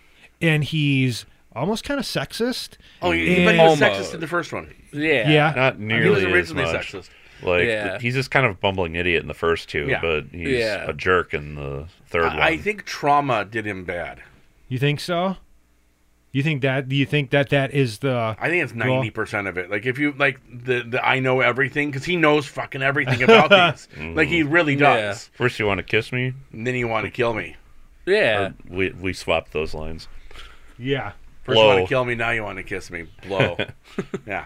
and he's almost kind of sexist.
Oh, he, but he was
Almost.
sexist in the first one.
Yeah.
Yeah.
Not
He was
nearly as
originally
much.
sexist.
Like th-
Yeah.
he's just kind of a bumbling idiot in the first two,
Yeah.
but he's
Yeah.
a jerk in the third one.
I I think trauma did him bad.
You think so? You think that? Do you think that that is the?
I think it's
Well-
ninety percent of it. Like if you like the, the I know everything because he knows fucking everything about these. like he really does.
First, you want to kiss me?
And then he want to kill me.
Yeah.
Or we we swapped those lines.
Yeah,
First you want
Blow.
to kill me, now you want to kiss me. Blow. <laughs> yeah.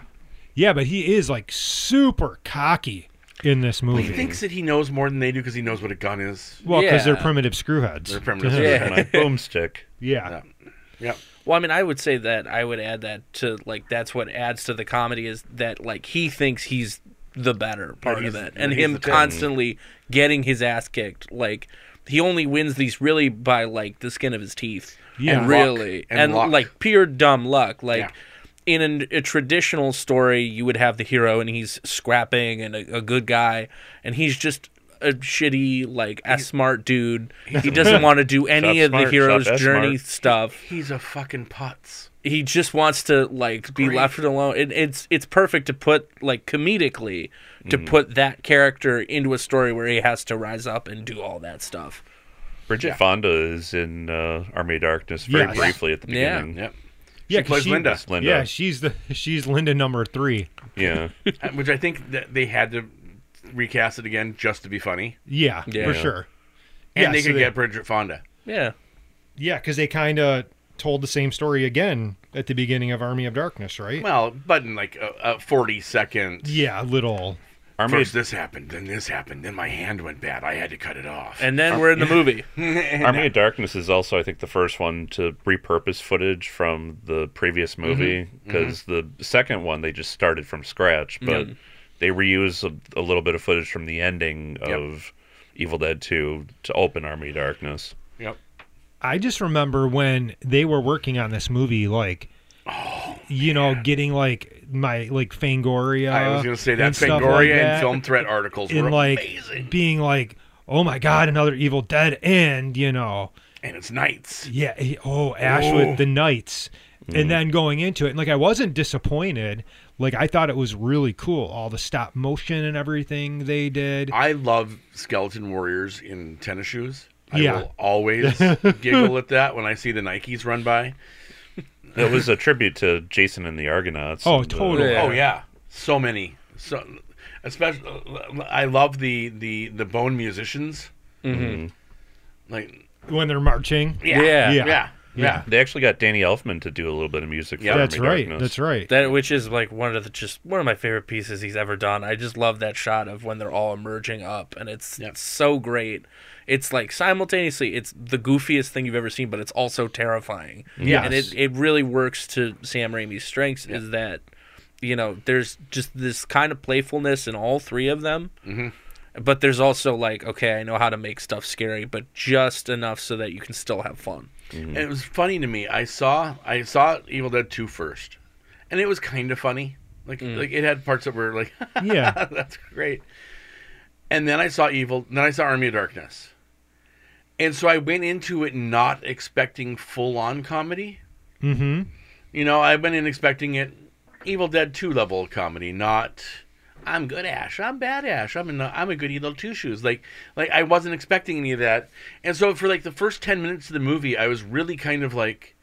yeah, but he is like super cocky in this
He
movie.
thinks that he knows more than they do because he knows what a gun is.
Well, because
Yeah.
they're primitive screwheads.
They're primitive.
Yeah.
And I boomstick.
yeah.
Yep.
Well, I mean, I would say that I would add that to like that's what adds to the comedy is that like he thinks he's the better part
he's-
of it, and
he's
him
the thing.
constantly getting his ass kicked. Like he only wins these really by like the skin of his teeth,
Yeah.
and
And
luck.
really,
And
and,
luck.
like pure dumb luck. Like
Yeah.
in an, a traditional story, you would have the hero, and he's scrapping and a, a good guy, and he's just. A shitty, like a smart dude.
<laughs>
He doesn't want to do any
Shop
of the
smart,
hero's
shop S
journey
smart.
stuff
He's a fucking putz.
he just wants to like be
great.
left alone. It, it's it's perfect to put like comedically to
Mm-hmm.
put that character into a story where he has to rise up and do all that stuff.
Bridget Fonda is in uh, Army of Darkness very
Yes.
briefly at the
Yeah.
beginning.
Yep.
Yeah,
She
'cause
plays Linda.
It's Linda.
Yeah, she's the she's Linda number three.
Yeah.
Uh, Which I think that they had to recast it again just to be funny.
Yeah,
Yeah.
for sure.
And
yeah,
they
so
could get Bridget Fonda.
Yeah,
yeah, because they kind of told the same story again at the beginning of Army of Darkness, right?
Well, but in like a, a 40 second.
yeah, little.
Army
First this happened, then this happened, then my hand went bad. I had to cut it off.
and then we're in the movie.
<laughs> Army of Darkness is also, I think, the first one to repurpose footage from the previous movie because the second one they just started from scratch, but they reuse a, a little bit of footage from the ending of Evil Dead 2 to open Army of Darkness.
yep.
I just remember when they were working on this movie, like,
Oh,
you know, getting like my like Fangoria.
I was going to say that
uh, and stuff like
Fangoria
that,
and Film Threat articles were
and like
amazing.
being like, oh my god, another Evil Dead, and you know,
And it's nights.
yeah, he- oh Ash with the Knights, and then going into it, and like I wasn't disappointed. Like I thought it was really cool, all the stop motion and everything they did.
I love skeleton warriors in tennis shoes. I
Yeah.
will always giggle at that when I see the Nikes run by.
It was a tribute to Jason and the Argonauts.
Oh,
and the-
totally.
Yeah.
Oh yeah, so many. So especially, I love the the the bone musicians. Mm-hmm. Like
Oh, When they're marching,
<laughs> yeah,
Yeah.
yeah, yeah.
Yeah.
They actually got Danny Elfman to do a little bit of music for
Yeah.
Army
that's
of
right.
Darkness.
That's
<laughs>
right.
That which is like one of the just one of my favorite pieces he's ever done. I just love that shot of when they're all emerging up, and it's
Yep.
so great. It's like simultaneously, it's the goofiest thing you've ever seen, but it's also terrifying.
Yes.
and it it really works to Sam Raimi's strengths. Is that you know there's just this kind of playfulness in all three of them. But there's also like, okay, I know how to make stuff scary, but just enough so that you can still have fun.
And it was funny to me. I saw I saw Evil Dead 2 first, and it was kind of funny. Like like it had parts that were like <laughs>
yeah,
that's great. And then I saw Evil. Then I saw Army of Darkness. And so I went into it not expecting full on comedy. Mm-hmm. You know, I went in expecting it Evil Dead Two level comedy, not I'm good Ash, I'm bad Ash, I'm a, I'm a goody little two shoes. Like like I wasn't expecting any of that, and so for like the first ten minutes of the movie, I was really kind of like,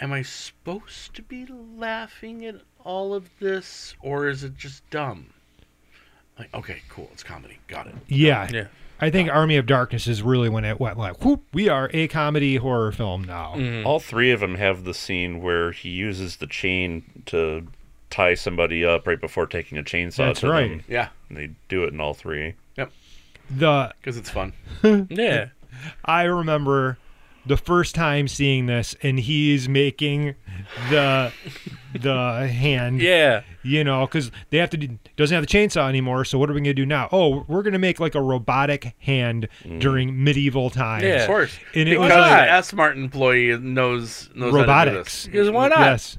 Am I supposed to be laughing at all of this, or is it just dumb? Like okay, cool, it's comedy, got it.
Yeah.
Yeah.
I think Army of Darkness is really when it went like, whoop, we are a comedy horror film now.
All three of them have the scene where he uses the chain to tie somebody up right before taking a chainsaw.
That's
to them.
right.
Yeah,
And they do it in all three.
The
because it's fun.
Yeah.
I remember the first time seeing this and he's making the the hand
Yeah.
you know because they have to do, doesn't have the chainsaw anymore so what are we gonna do now oh we're gonna make like a robotic hand during medieval times
Yeah.
Of course,
And it was
Mm. because
like-
an S Mart employee knows knows How to do this.
robotics
Because why not?
yes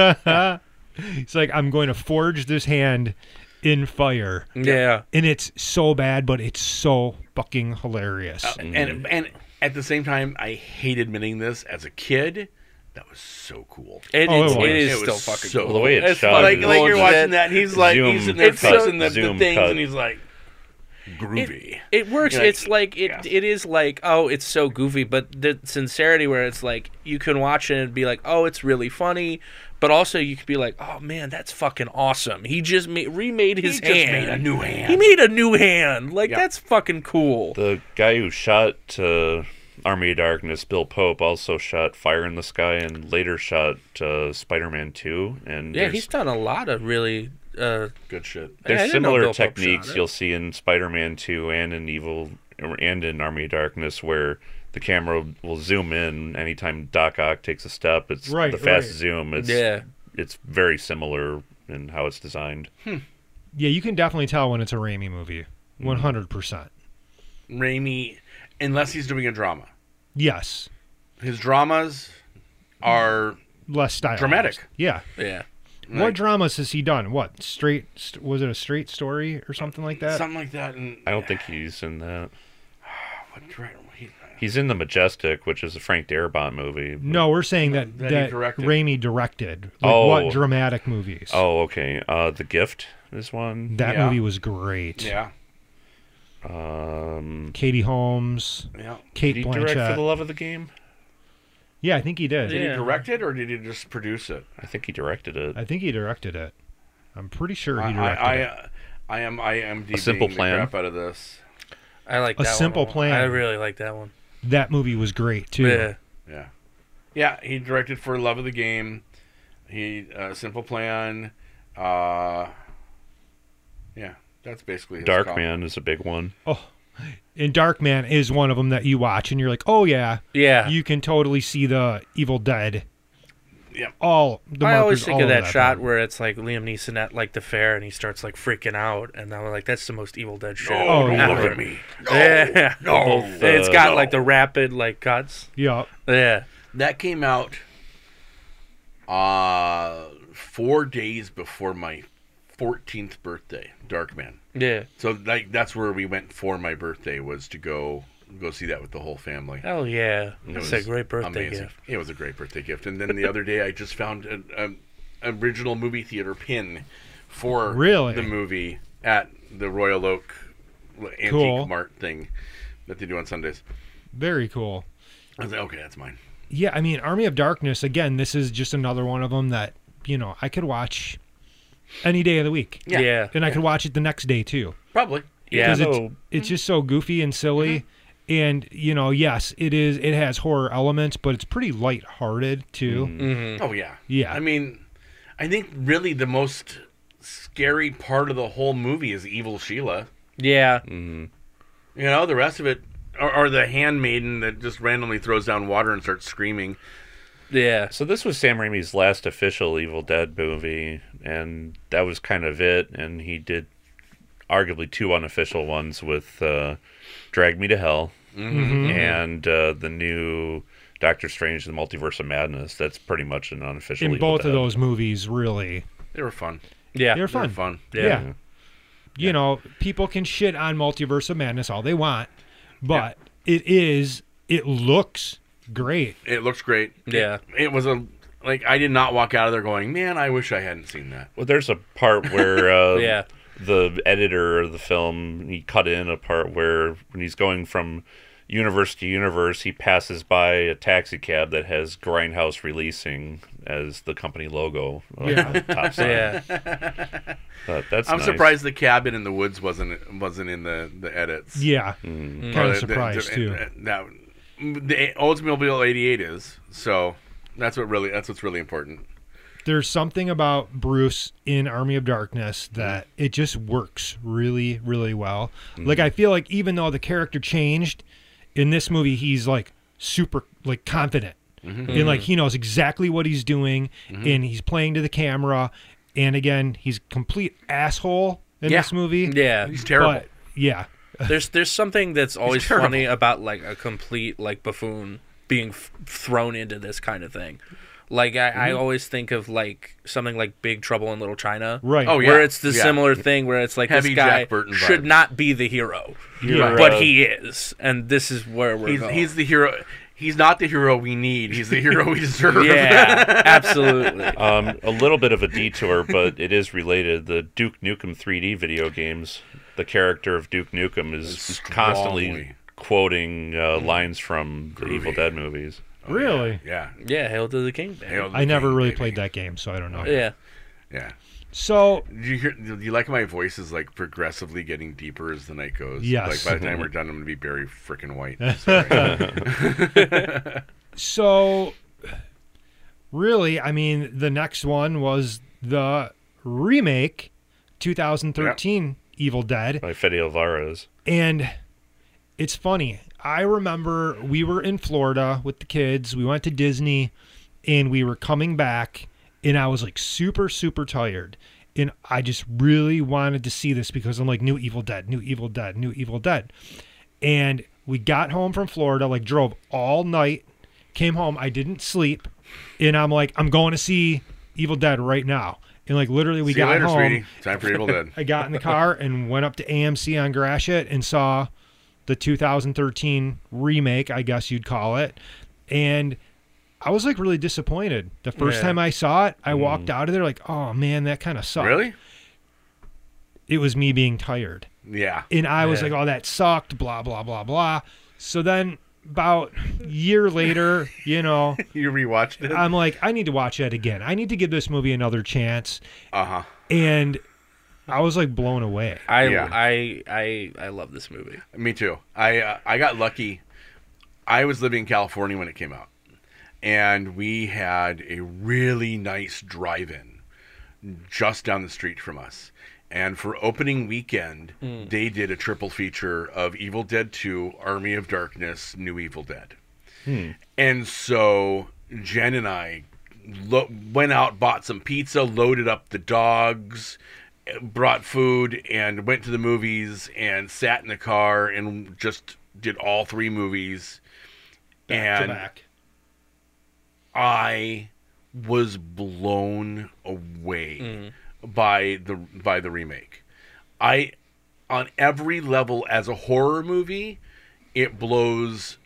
<laughs> it's like i'm going to forge this hand in fire
Mm.
Yeah.
and it's so bad but it's so fucking hilarious
Uh, and and at the same time, I hate admitting this as a kid. That was so cool.
It,
Oh, it
it's-
was.
it is
It
still
was
fucking
so-
Well, the way it's
It's
shot,
Like,
is-
like you're watching
Bullshit.
that, and he's like,
Zoom
he's in there
cut.
fixing the, the
Zoom
things,
cut.
and he's like, groovy.
It, it works.
You're like,
it's like it.
yeah.
It is like oh, it's so goofy, but the sincerity where it's like you can watch it and be like, oh, it's really funny, but also you could be like, oh man, that's fucking awesome. He just ma- remade his
he just
hand.
made a new hand.
He made a new hand. Like
Yeah.
that's fucking cool.
The guy who shot uh, Army of Darkness, Bill Pope, also shot Fire in the Sky and later shot uh, Spider Man 2. And
yeah,
there's,
he's done a lot of really. Uh,
Good shit.
I
there's
didn't know Bill
similar
Pope shot
techniques
it.
you'll see in Spider Man 2 and in Evil and in Army of Darkness where the camera will zoom in anytime Doc Ock takes a step. It's
Right,
the fast
right.
zoom. It's,
Yeah.
it's very similar in how it's designed.
yeah you can definitely tell when it's a Raimi movie 100%
Raimi, unless he's doing a drama,
yes
his dramas are
less style
Dramatic.
yeah
yeah.
What dramas has he done? What straight? St- was it a straight story or something like that?
something like that. And
I don't think he's in that.
what dra- he-
He's in The Majestic, which is a Frank Darabont movie. but-
no, we're saying that
That
that,
he directed.
Raimi directed. Like
Oh.
what dramatic movies?
Oh, okay. Uh, the Gift is one.
that
yeah.
movie was great.
yeah,
Um,
Katie Holmes,
yeah.
Kate
did he direct
Blanchett.
for the love of the game?
yeah, I think he did.
Did
Yeah.
he direct it or did he just produce it?
I think he directed it.
I think he directed it. I'm pretty sure
I,
he directed
I,
it.
I, I am I am deep
Simple
the
Plan.
crap out of this.
I like
A
that one
Simple
lot.
Plan.
I really like that one.
that movie was great too.
Yeah.
Yeah, yeah. He directed for Love of the Game. He uh, Simple Plan. Uh, yeah, that's basically his
Dark
call.
Man is a big one.
And Darkman is one of them that you watch and you're like, oh yeah,
Yeah.
you can totally see the Evil Dead.
Yep.
All the
I always
markers
think
all
of
over
that, shot
movie.
where it's like Liam Neeson at like the fair and he starts like freaking out, and I'm like, that's the most Evil Dead shit.
No,
Oh,
don't
yeah.
look at <laughs> me. No,
<laughs> Yeah.
no.
it's got
no.
like the rapid like cuts.
Yeah.
Yeah.
that came out. Uh, four days before my 14th birthday, Dark Man.
Yeah.
So like that's where we went for my birthday was to go go see that with the whole family.
Hell yeah. That's a
was
great birthday
amazing.
gift.
It was a great birthday gift. And then the other day, I just found an um, original movie theater pin for
Really?
the movie at the Royal Oak Antique
Cool.
Mart thing that they do on Sundays.
Very cool.
I was like, okay, that's mine.
Yeah, I mean, Army of Darkness, again, this is just another one of them that, you know, I could watch any day of the week.
Yeah. Yeah.
And I could watch it the next day, too.
Probably.
Yeah. Mm-hmm.
Because it's,
So-
it's just so goofy and silly. And, you know, yes, it is. It has horror elements, but it's pretty lighthearted, too.
Mm-hmm.
Oh yeah.
Yeah.
I mean, I think really the most scary part of the whole movie is Evil Sheila. You know, the rest of it, or, or the handmaiden that just randomly throws down water and starts screaming.
Yeah.
So this was Sam Raimi's last official Evil Dead movie, and that was kind of it. And he did arguably two unofficial ones with uh, Drag Me to Hell
Mm-hmm.
and uh, the new Doctor Strange: The Multiverse of Madness. That's pretty much an unofficial.
In
Evil
both of
Dead.
those movies, really.
They were fun.
Yeah.
They're
They were
fun.
fun.
Yeah. You know, people can shit on Multiverse of Madness all they want, but it is, it looks great.
It looks great. <laughs>
Yeah.
It was a like I did not walk out of there going, man, I wish I hadn't seen that.
Well, there's a part
<laughs>
where uh,
Yeah.
the editor of the film he cut in a part where when he's going from universe to universe, he passes by a taxi cab that has Grindhouse Releasing as the company logo. uh,
Yeah.
on
<laughs>
the top side.
Yeah.
But that's
I'm
nice.
surprised the cabin in the woods wasn't wasn't in the the edits.
Yeah,
Or
kind of
the- Mm. the-
surprised
the- uh,
too.
That mm, the Oldsmobile '88 is so. That's what really. That's what's really important.
There's something about Bruce in Army of Darkness
Mm-hmm.
that it just works really, really well.
Mm-hmm.
Like I feel like even though the character changed in this movie, he's like super like confident
Mm-hmm.
and like he knows exactly what he's doing and he's playing to the camera. And again, he's a complete asshole in
Yeah.
this movie.
Yeah.
He's terrible.
But yeah,
There's there's something that's always
terrible.
funny about like a complete like buffoon being f- thrown into this kind of thing. Like I, I always think of like something like Big Trouble in Little China.
right.
Oh, yeah.
Where it's the
yeah.
similar thing where it's like
Heavy
this guy
Jack Burton
should
vibes.
not be the hero,
You're,
but
uh,
he is, and this is where we're
He's
going.
he's the hero. He's not the hero we need. He's the hero we <laughs> deserve. <laughs>
yeah, absolutely.
Um, a little bit of a detour, but it is related. The Duke Nukem 3D video games, the character of Duke Nukem is
strongly- Mm-hmm.
constantly quoting uh, lines from the Evil Dead movies.
really?
Oh, Yeah.
yeah, hail to the king. man.
Hail to the
I never
king,
really
baby.
played that game, so I don't know.
Yeah,
Yeah.
So
Do you hear? Do you like my voice is like progressively getting deeper as the night goes?
Yes.
Like by the
<laughs>
time we're done, I'm gonna be very freaking white. Sorry.
so really i mean the next one was the remake 2013 evil dead
By Fede Alvarez.
and it's funny i remember we were in florida with the kids we went to disney and we were coming back and i was like super super tired and i just really wanted to see this because i'm like new evil dead new evil dead new evil dead and we got home from Florida, like drove all night, came home, I didn't sleep, and I'm like, I'm going to see Evil Dead right now. And like literally we
See you
got
later,
home.
sweetie. Time for Evil <laughs> Dead.
I got in
<laughs>
the car and went up to AMC on Gratiot and saw the 2013 remake, I guess you'd call it. And I was like really disappointed. The first
Yeah. Mm.
time I saw it, I walked out of there like, oh man, that kind of sucked.
Really?
It was me being tired
Yeah.
and I was
Yeah.
like, "Oh, that sucked," blah blah blah blah. So then, about a year later,
<laughs>
you know,
<laughs> You rewatched it.
I'm like, "I need to watch that again. I need to give this movie another chance."
Uh huh.
And I was like blown away.
I
Yeah.
I I I love this movie.
Me too. I uh, I got lucky. I was living in California when it came out, and we had a really nice drive-in just down the street from us. And for opening weekend,
Hmm.
they did a triple feature of Evil Dead 2, Army of Darkness, New Evil Dead.
Hmm.
And so Jen and I lo- went out, bought some pizza, loaded up the dogs, eh, brought food, and went to the movies and sat in the car and just did all three movies.
Back to
and
back.
I was blown away by the by the remake. I on every level as a horror movie, it blows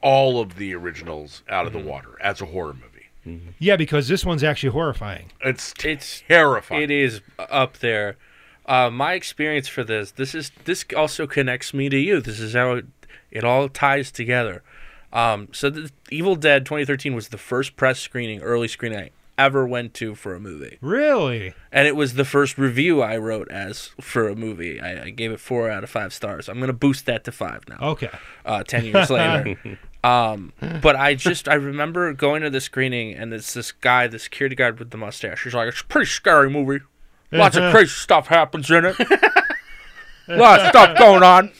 all of the originals out of
Mm-hmm.
the water as a horror movie.
Yeah, because this one's actually horrifying.
It's
It's
terrifying.
It is up there. Uh, my experience for this, this is this also connects me to you. This is how it, it all ties together. Um, so, the Evil Dead 2013 was the first press screening, early screening I ever went to for a movie,
Really?
and it was the first review I wrote as for a movie. I, I gave it four out of five stars. I'm gonna boost that to five now
Okay.
uh, 10 years
<laughs>
later. um, but I just, I remember going to the screening and it's this guy, the security guard with the mustache. He's like, it's a pretty scary movie. Lots
Uh-huh.
of crazy stuff happens in it. Lots of stuff going
<laughs>
on.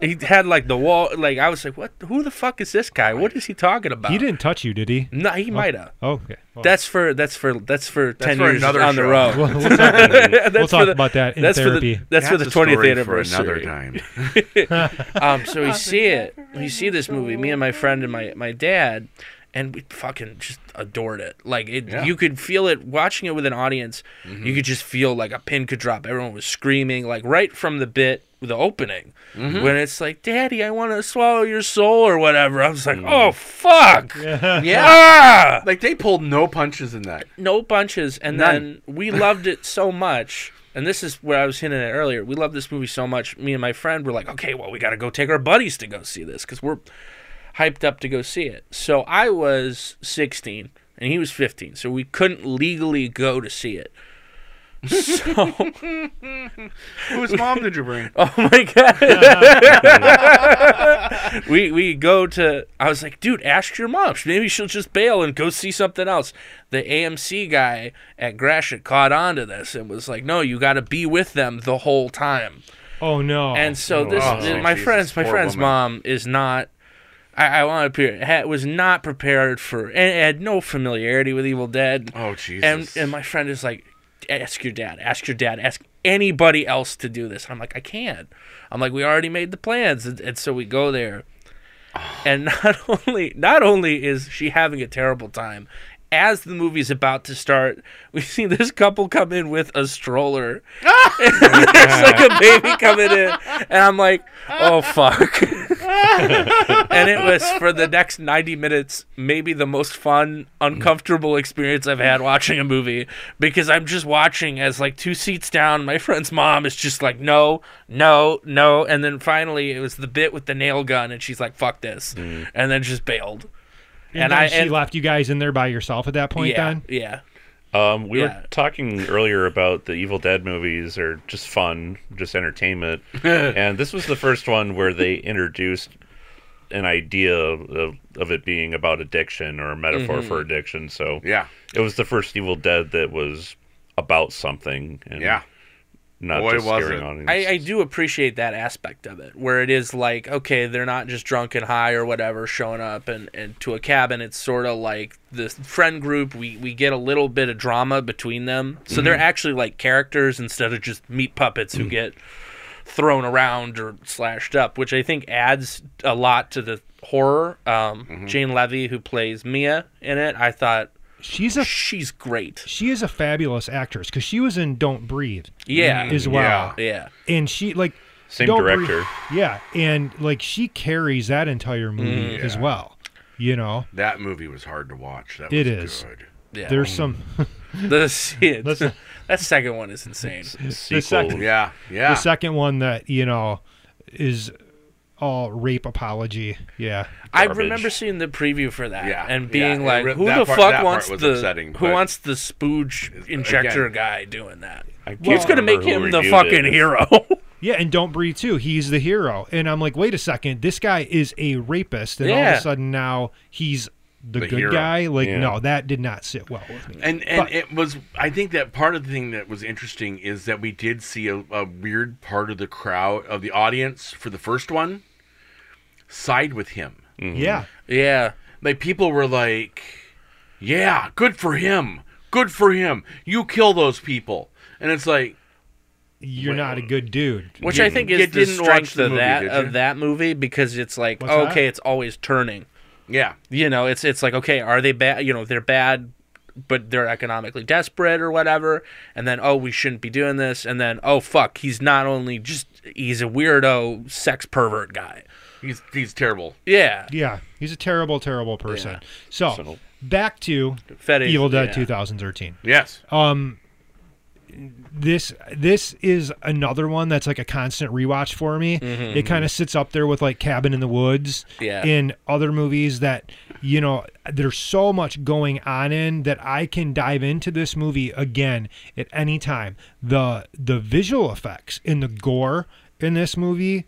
he had like the wall, like I was like, what? Who the fuck is this guy? What is he talking about?
He didn't Oh. touch you, did he?
No, he might have.
Okay. Well,
That's for that's for that's for ten
for
years on
another
the
show.
road.
we'll, we'll
<laughs>
talk,
that's
we'll
for
talk
the-
about that in
that's
therapy.
for the that's, for the
a story
twentieth
for
anniversary.
another
<laughs>
time.
Um, so we see it. We see this movie. Me and my friend and my my dad, and we fucking just adored it. Like it,
Yeah. Mm-hmm.
you could feel it watching it with an audience. You could just feel like a pin could drop. Everyone was screaming like right from the bit, the opening,
Mm-hmm.
when it's like, "Daddy, I want to swallow your soul" or whatever. I was like, "Oh fuck,
Mm. <laughs> Yeah.
ah!"
Like they pulled no punches in that.
no bunches and
None.
then we loved it so much and this is where i was hinting at earlier we loved this movie so much me and my friend were like okay well we got to go take our buddies to go see this because we're hyped up to go see it so i was 16 and he was 15 so we couldn't legally go to see it <laughs> so
Whose mom did you bring?
<laughs> Oh my
<laughs>
god. we we go to I was like, dude, ask your mom. She- Maybe she'll just bail and go see something else. The AMC guy at Gratiot caught on to this and was like, No, you gotta be with them the whole time.
Oh no.
And so this
wow.
th- my
oh, Jesus,
friend's my
poor
friend's
woman.
mom is not I, I want to appear had, was not prepared for and had no familiarity with Evil Dead.
Oh Jesus.
And and my friend is like, ask your dad, ask your dad, ask anybody else to do this. And I'm like, I can't. I'm like, we already made the plans, and, and so we go there. And not <laughs> only not only is she having a terrible time, as the movie's about to start, we see this couple come in with a stroller. There's like a baby coming in, and I'm like, oh fuck. <laughs> and it was for the next 90 minutes maybe the most fun uncomfortable experience i've had watching a movie because i'm just watching as like two seats down my friend's mom is just like no no no and then finally it was the bit with the nail gun and she's like fuck this and then just bailed
And
and
then
I-
she
and-
left you guys in there by yourself at that point.
yeah
Then
yeah
Um, we
Yeah.
were talking earlier about the Evil Dead movies are just fun, just entertainment, and this was the first one where they introduced an idea of, of it being about addiction or a metaphor for addiction. So
yeah.
it was the first Evil Dead that was about something. And
Yeah.
not
Boy,
just
was
scaring
it.
audience.
I, I do appreciate that aspect of it, where it is like, okay, they're not just drunk and high or whatever showing up and, and to a cabin. It's sort of like the friend group. We, we get a little bit of drama between them. So they're actually like characters instead of just meat puppets who get thrown around or slashed up, which I think adds a lot to the horror. Um, Jane Levy, who plays Mia in it, I thought
she's a
she's great.
she is a fabulous actress because she was in Don't Breathe
Yeah.
as well,
Mm, Yeah.
and she like
Same
Don't Breathe-
director.
yeah, and like she carries that entire
Mm,
movie as well. You know,
That movie was hard to watch. That was
It is.
good.
Yeah.
there's some
<laughs> The, see,
Listen.
that second one is insane.
Sequel.
second-
Yeah. Yeah.
the second one that you know is all rape apology. Yeah,
I
garbage.
remember seeing the preview for that
Yeah,
and
yeah,
being
it
like,
re-
"Who
that
the
part- that
fuck
part
wants
was
the
upsetting,
who
but-
wants the spooge injector
again-
guy doing that?
I can't
Who's gonna
remember
make
who
him the
reviewed
fucking <laughs>
it.
hero?"
<laughs>
yeah, and Don't Breathe too. He's the hero, and I'm like, wait a second, this guy is a rapist, and all of
Yeah.
a sudden now he's the,
The
good
hero.
guy. Like,
Yeah.
no, that did not sit well with me.
And and
But-
it was. I think that part of the thing that was interesting is that we did see a, a weird part of the crowd of the audience for the first one side with him.
Yeah.
yeah,
Like people were like, "Yeah, good for him. Good for him. You kill those people." And it's like,
you're not a good dude.
which
You-
I think
you
is the
didn't watch
strength
the
of
movie,
that
did you?
of that movie because it's like,
What's
oh,
that?
okay, it's always turning.
yeah,
You know, it's it's like, okay, are they bad? You know, they're bad, but they're economically desperate or whatever. And then, oh, we shouldn't be doing this. And then, oh, fuck, he's not only just he's a weirdo, sex pervert guy.
he's he's terrible.
Yeah,
Yeah, he's a terrible, terrible person.
Yeah.
So,
So-
back to
Fetish,
Evil Dead
yeah.
2013.
Yes.
Oh. This this is another one that's like a constant rewatch for me. It kind of sits up there with like Cabin in the Woods
Yeah.
in other movies that you know there's so much going on in that I can dive into this movie again at any time. The the visual effects and the gore in this movie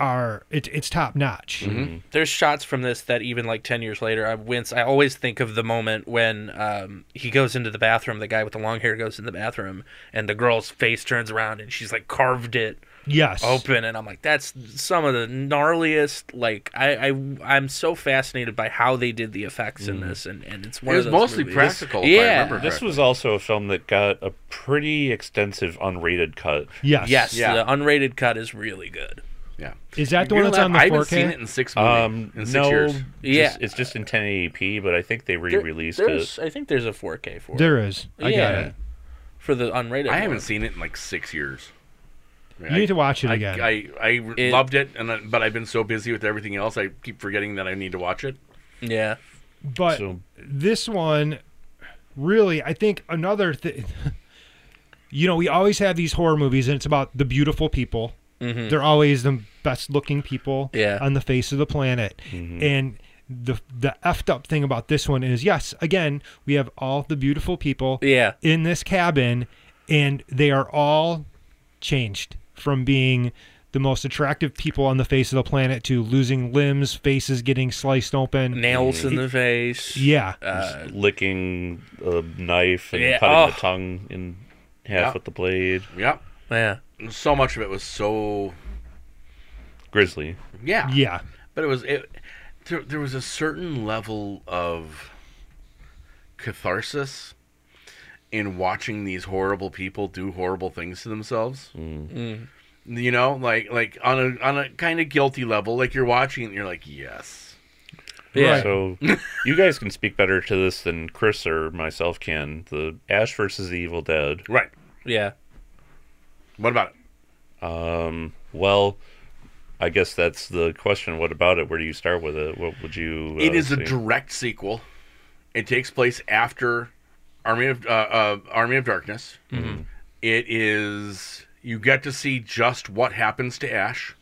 are it, it's top notch.
there's shots from this that even like 10 years later i wince i always think of the moment when um, he goes into the bathroom the guy with the long hair goes in the bathroom and the girl's face turns around and she's like carved it
Yes.
open and i'm like that's some of the gnarliest like i, I i'm so fascinated by how they did the effects in this and and it's one
It
of
was
those
mostly
movies.
practical, if I
yeah
remember
This was also a film that got a pretty extensive unrated cut.
Yes.
yes
Yeah.
the unrated cut is really good
Yeah.
Is that the
You
one
know
that's
that?
on the
I haven't
4K?
seen it in six movie-
Um,
in six
no,
years.
yeah,
Yeah.
it's just in 1080p, but I think they
There-
re-released it.
there's- I think there's a 4K for it.
There is. I
yeah,
got it.
for the unrated.
I haven't
one.
seen it in like six years.
You need to watch it
I,
again.
I, I re-
It-
loved it, and I- but I've been so busy with everything else, I keep forgetting that I need to watch it.
Yeah,
but
So-
this one, really, I think another thing. <laughs> You know, we always have these horror movies, and it's about the beautiful people. They're always the best looking people
Mm-hmm. Yeah. Mm-hmm.
on the face of the planet. And the the effed up thing about this one is, yes, again, we have all the beautiful people
yeah.
in this cabin, and they are all changed from being the most attractive people on the face of the planet to losing limbs, faces getting sliced open.
Nails in the face.
Mm. Yeah.
Uh,
licking a knife and
Yeah,
cutting
oh.
the tongue in half
Yeah.
with the blade.
Yep.
yeah.
So much of it was so.
Grizzly.
Yeah.
yeah.
But it was it. There, there was a certain level of catharsis in watching these horrible people do horrible things to themselves. Mm. You know, like like on a on a kind of guilty level, like you're watching and you're like, yes.
Yeah.
Right.
So you guys can speak better to this than Chris or myself can. The Ash versus the Evil Dead.
Right.
Yeah.
What about it?
Well, I guess that's the question. What about it? Where do you start with it? What would you?
It
uh,
is a
say?
direct sequel. It takes place after Army of uh, uh, Army of Darkness. It is you get to see just what happens to Ash.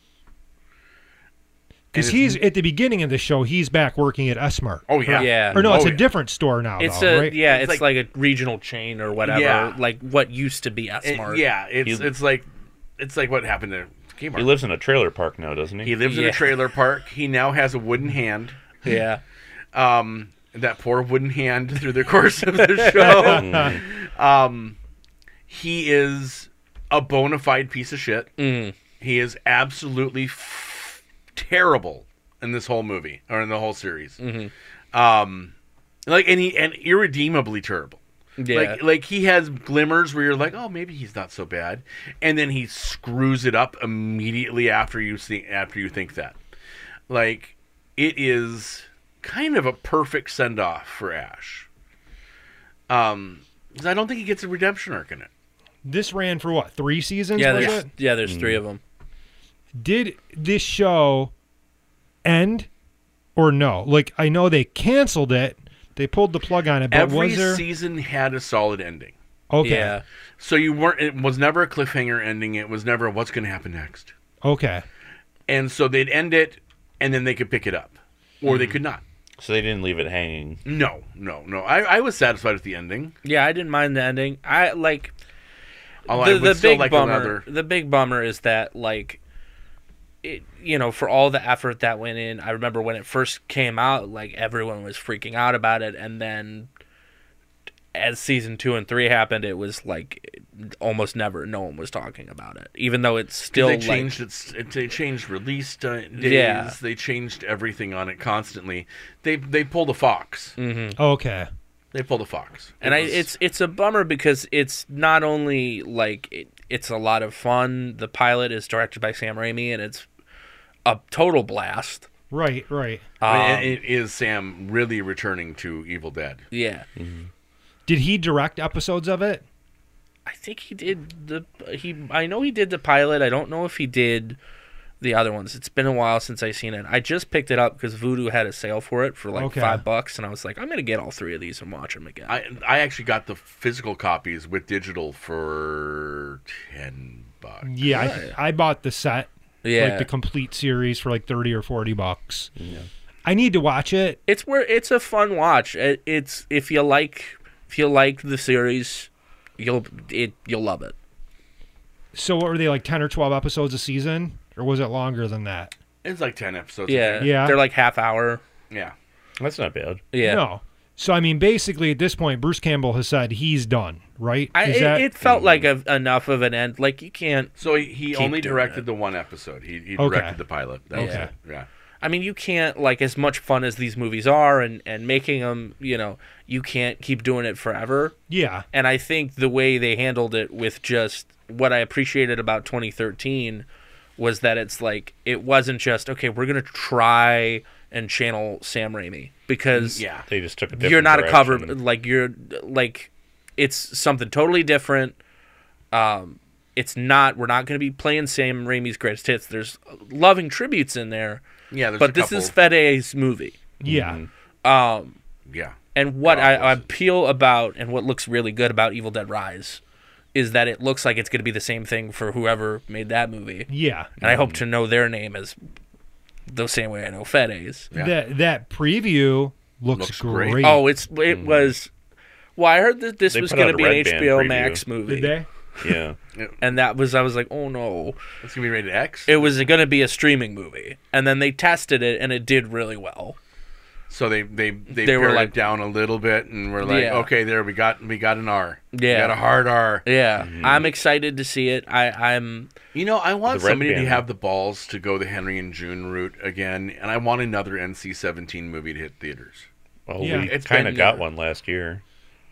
Because
And
he's at the beginning of the show, he's back working at Smart.
Oh yeah,
Yeah.
Or no, it's
Oh,
a
yeah.
different store now.
It's
though,
a
right?
yeah.
It's
It's, like, a regional chain or whatever.
Yeah.
Like what used to be
It-
Smart.
yeah. It's
You-
it's like it's like what happened to Kmart.
He lives in a trailer park now, doesn't he?
He lives in a
Yeah.
trailer park. He now has a wooden hand.
Yeah.
Um, that poor wooden hand through the course of the show. um, he is a bona fide piece of shit. He is absolutely f- terrible in this whole movie or in the whole series. Um, like and he and irredeemably terrible.
Yeah.
Like like he has glimmers where you're like, oh, maybe he's not so bad, and then he screws it up immediately after you see after you think that. Like it is kind of a perfect send off for Ash. Um, 'cause I don't think he gets a redemption arc in it.
This ran for what three seasons?
yeah.
was
There's
it?
yeah. There's three of them.
Did this show end or no? Like I know they canceled it. They pulled the plug on it, but
Every
was there
season had a solid ending,
okay?
Yeah.
so you weren't. It was never a cliffhanger ending. It was never what's going to happen next.
Okay.
And so they'd end it, and then they could pick it up, or
Hmm.
they could not.
So they didn't leave it hanging.
No, no, no. I, I was satisfied with the ending.
Yeah. I didn't mind the ending. I like
Although Oh, I
the,
would
the
still
big
like
bummer.
another.
The big bummer is that like, it, you know, for all the effort that went in, I remember when it first came out, like everyone was freaking out about it, and then as season two and three happened, it was like almost never. No one was talking about it, even though it's still
they
like
changed its. it- They changed release di- days.
Yeah.
They changed everything on it constantly. They they pulled a fox.
Okay.
They pulled a fox.
Mm. and I,
was-
it's it's a bummer because it's not only like it, it's a lot of fun. The pilot is directed by Sam Raimi, and it's a total blast.
Right. Right.
Um,
I mean, it- it is Sam really returning to Evil Dead.
Yeah,
Did he direct episodes of it?
I think he did the he. I know he did the pilot. I don't know if he did the other ones. It's been a while since I seen it. I just picked it up because Voodoo had a sale for it for like
Okay.
five bucks, and I was like, I'm gonna get all three of these and watch them again.
I I actually got the physical copies with digital for ten bucks.
Yeah. I, I bought the set,
yeah,
like the complete series, for like thirty or forty bucks. I need to watch it.
it's where it's a fun watch. It, it's if you like if you like the series, you'll it you'll love it.
So what were they like ten or twelve episodes a season? Or was it longer than that?
It's like ten episodes. I
Yeah,
think.
Yeah.
They're like half hour.
yeah.
That's not bad.
Yeah.
No. So I mean, basically at this point, Bruce Campbell has said he's done, right?
I,
Is
it,
that-
it felt like a, enough of an end. Like you can't.
So he, he only
doing
directed the one episode. He, he
Okay.
directed the pilot. That was
Okay.
it. Yeah.
I mean, you can't like as much fun as these movies are, and and making them. You know, you can't keep doing it forever.
yeah,
And I think the way they handled it with just what I appreciated about 2013 was that it's like it wasn't just okay. We're gonna try and channel Sam Raimi because
Yeah.
They just took a different
you're not a cover
direction.
like you're like it's something totally different. Um, it's not. We're not gonna be playing Sam Raimi's greatest hits. There's loving tributes in there.
Yeah, there's a
but this is Fede's movie.
Yeah.
Yeah.
And
Oh,
what I, I
Godless.
appeal about and what looks really good about Evil Dead Rise is that it looks like it's going to be the same thing for whoever made that movie.
Yeah.
And I hope
Mm-hmm.
to know their name as the same way I know Fede's.
Yeah.
That that preview looks,
Looks great.
great.
Oh, it's it was. Well, I heard that this
Mm-hmm. They
was
put
going to
out a
be an
Red
HBO
Band preview.
Max movie,
did they?
yeah.
and that was I was like, oh no,
It's gonna be rated X.
it was going to be a streaming movie, and then they tested it and it did really well.
so they they they,
They were
pared it
like-
down a little bit, and we're like,
Yeah.
okay, there we got we got an R. We
Yeah.
got a hard R.
Yeah, I'm excited to see it. I I'm
You know, I want
The red
somebody to
band.
have the balls to go the Henry and June route again, and I want another NC-17 movie to hit theaters.
Well,
Yeah.
we
It's
kind
been-
of got one last year.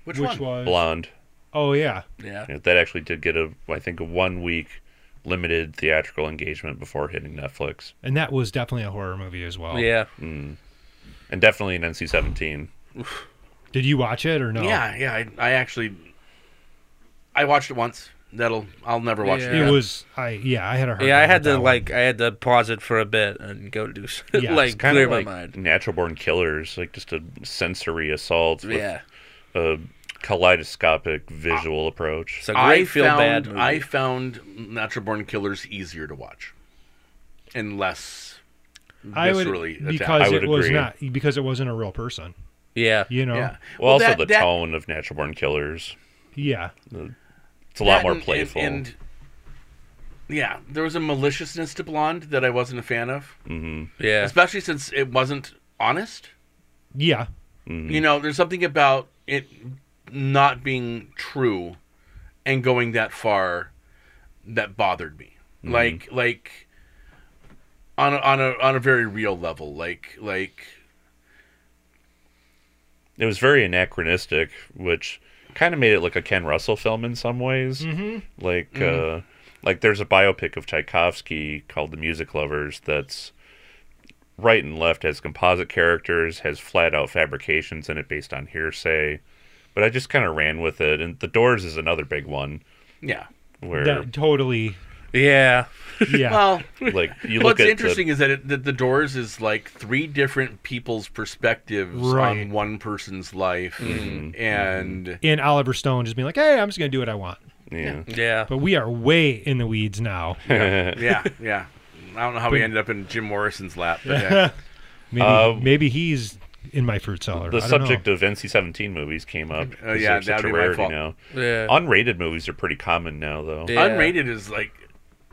Which,
Which
one?
was
Blonde.
Oh yeah.
yeah.
Yeah, That actually did get a, I think, a one week limited theatrical engagement before hitting Netflix,
And that was definitely a horror movie as well.
Yeah,
and definitely an NC-17.
Did you watch it or no?
Yeah, yeah. I, I actually, I watched it once. That'll I'll never watch
Yeah.
it. again.
It was I yeah, I had a hard
Yeah, I
time
had
with
to
that one.
like I had to pause it for a bit and go do s- <laughs>
Yeah,
like
it's
Kind
clear
of
my
<laughs>
like
mind.
Natural Born Killers, like just a sensory assault with
Yeah,
a kaleidoscopic visual approach.
it's a
I
great feel
found,
bad. Movie.
I found Natural Born Killers easier to watch, and less
I would
viscerally attacked.
because
I would
it was
agree.
not because it wasn't a real person.
yeah,
You know?
yeah.
Well, also
that-
the
that-
tone of Natural Born Killers.
Yeah.
It's a lot
that
more
and- and-
playful.
And, yeah, there was a maliciousness to Blonde that I wasn't a fan of,
yeah,
especially since it wasn't honest.
Yeah.
You know, there's something about it not being true and going that far that bothered me.
Mm-hmm.
Like like on a, on a on a very real level, like like
it was very anachronistic, which kind of made it like a Ken Russell film in some ways. Mm-hmm. Like, Uh, like there's a biopic of Tchaikovsky called The Music Lovers that's right and left has composite characters, has flat out fabrications in it based on hearsay. But I just kind of ran with it, and The Doors is another big one
yeah.
where
That totally
yeah,
<laughs>
yeah.
Well,
<laughs> like you look
what's
at
interesting is that, it, that the Doors is like three different people's perspectives
Right.
on one person's life,
Mm-hmm.
and
and Oliver Stone just being like, "Hey, I'm just gonna do what I want."
the, yeah.
yeah.
But we are way in the weeds now.
Mm-hmm.
yeah,
<laughs>
yeah. I don't know how we ended up in Jim Morrison's lap, but yeah.
Maybe
Uh,
maybe he's in my fruit cellar.
the
I don't <laughs>
subject
know.
of NC-17 movies came up.
Oh,
'cause
yeah,
they're such
that'd
a
be my
rarity
fault.
now.
Yeah.
Unrated movies are pretty common now, though.
Yeah.
unrated is like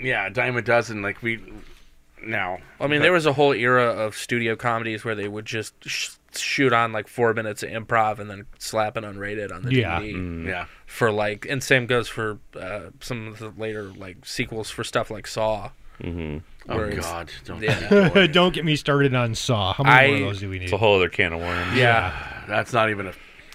yeah a dime a dozen like we now
I mean, there was a whole era of studio comedies where they would just sh- shoot on like four minutes of improv and then slap an unrated on the
Yeah.
DVD
yeah
for like, and same goes for uh, some of the later like sequels for stuff like Saw.
oh
Whereas-
god <laughs> don't do
Yeah.
that.
don't get me started on Saw. How many
I-
more of those do we need?
It's a whole other can of worms.
Yeah,
that's not even a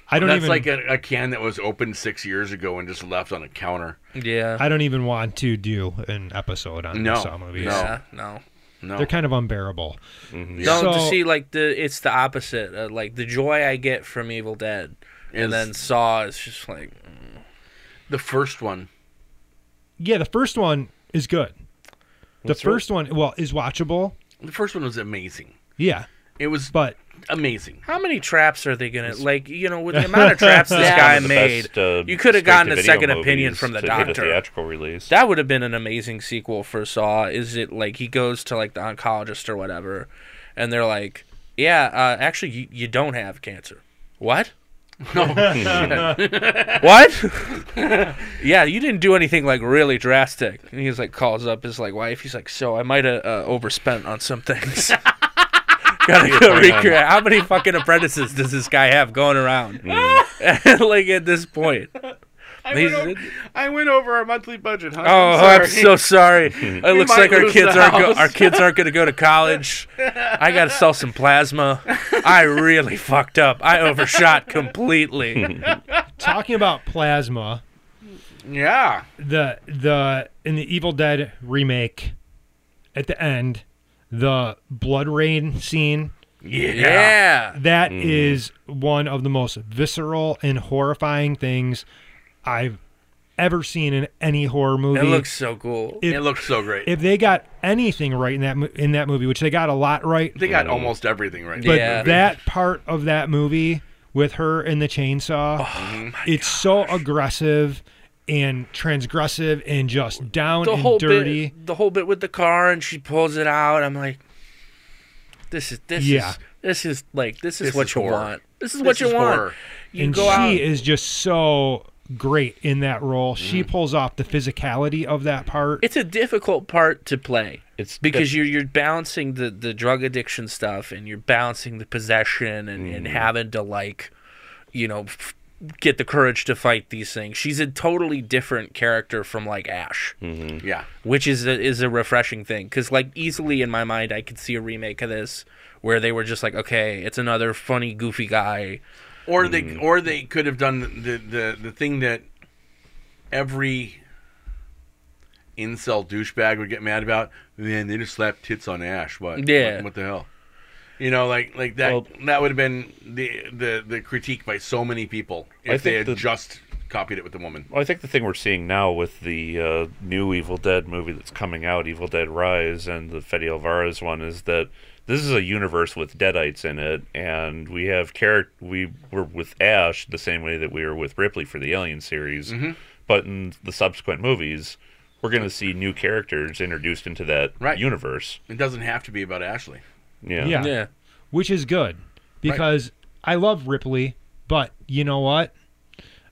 I don't
that's
even
like a, a can that was opened six years ago and just left on a counter
yeah,
I don't even want to do an episode on
No.
the Saw movies.
No.
yeah. No. Mm-hmm.
no
They're kind of unbearable.
No, to
So-
see like the it's the opposite. Uh, like the joy I get from Evil Dead,
Is-
and then Saw is just like
the first one
Yeah, the first one is good. The
What's wrong?
first one, well, is watchable.
the first one was amazing
Yeah,
it was
but
amazing
how many traps are they gonna like? You
<laughs>
know, with the amount of traps this guy
One of the
made,
best, uh,
you could have gotten a
straight-to-video
second opinion
movies
from the
to hit a
doctor.
theatrical release.
That would have been an amazing sequel for Saw. Is it like he goes to like the oncologist or whatever, and they're like, "Yeah, uh, actually, you, you don't have cancer." What? No. what? <laughs> yeah, you didn't do anything like really drastic. And he's like calls up his like wife. He's like, so I might have uh, overspent on some things. <laughs> Gotta go recreate. How many fucking apprentices does this guy have going around? <laughs> like at this point.
I
These-
went, over, I went over our monthly budget huh?
Oh, I'm, so <laughs> sorry. It looks
might
like our
lose
kids
the
aren't go-
house.
our kids aren't going to go to college. I got to sell some plasma. I really fucked up. I <laughs> overshot completely.
talking about plasma,
yeah
the the in the Evil Dead remake, at the end, the blood rain scene.
Yeah.
Yeah.
That is one of the most visceral and horrifying things I've ever seen in any horror movie.
It looks so cool.
It looks so great.
if they got anything right in that mo- in that movie, which they got a lot right,
they got almost everything right.
but
Yeah.
that part of that movie with her and the chainsaw,
Oh
it's so aggressive and transgressive and just down
the
and
whole
dirty.
bit the whole bit with the car and she pulls it out. I'm like this is this
Yeah.
is this is like this is
This
what
is
you
horror.
want. This is
This
what you
is
want.
horror.
You
and
go
she
out
is just so great in that role. She
Mm-hmm.
pulls off the physicality of that part.
it's a difficult part to play.
It's
because
def-
you're you're balancing the, the drug addiction stuff and you're balancing the possession and, and having to like, you know, f- get the courage to fight these things. She's a totally different character from like Ash,
yeah.
which is a, is a refreshing thing because like easily in my mind I could see a remake of this where they were just like, okay, it's another funny goofy guy.
Or they
Mm.
or they could have done the the, the thing that every incel douchebag would get mad about. Man, they just slapped tits on Ash. What?
Yeah.
What, what the hell? You know, like like that.
Well-
that would have been the, the the critique by so many people
I
if they
think
had
the-
just copied it with the woman.
<laughs> Well, I think the thing we're seeing now with the uh, new Evil Dead movie that's coming out, Evil Dead Rise, and the Fede Alvarez one, is that this is a universe with Deadites in it, and we have character. We were with Ash the same way that we were with Ripley for the Alien series,
Mm-hmm.
but in the subsequent movies, we're going to see new characters introduced into that
Right.
universe.
It doesn't have to be about Ashley.
Yeah.
Yeah. which is good because I love Ripley, but you know what?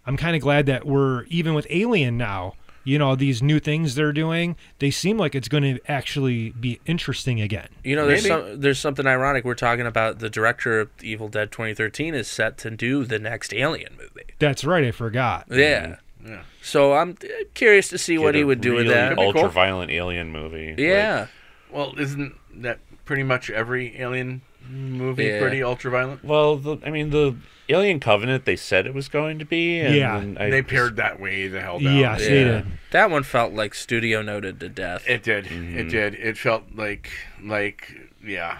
I'm kind of glad that we're even with Alien now. You know, these new things they're doing, they seem like it's going to actually be interesting again.
You know, there's
Maybe.
some, there's something ironic. We're talking about the director of Evil Dead 2013 is set to do the next Alien movie.
That's right, I forgot.
Yeah.
Mm-hmm.
Yeah.
So I'm uh, curious to see what
Get
he
a
would do with
really
that.
cool.
ultra-violent alien movie. Like,
Yeah.
Well, isn't that pretty much every alien movie
Yeah.
pretty ultraviolent?
well, the, I mean, the Alien Covenant they said it was going to be. And
Yeah.
then I
they
just-
pared that way the hell down.
Yes, they
Yeah.
did.
That one felt like studio noted to death.
It did.
Mm-hmm.
It did. It felt like like
<laughs>
yeah.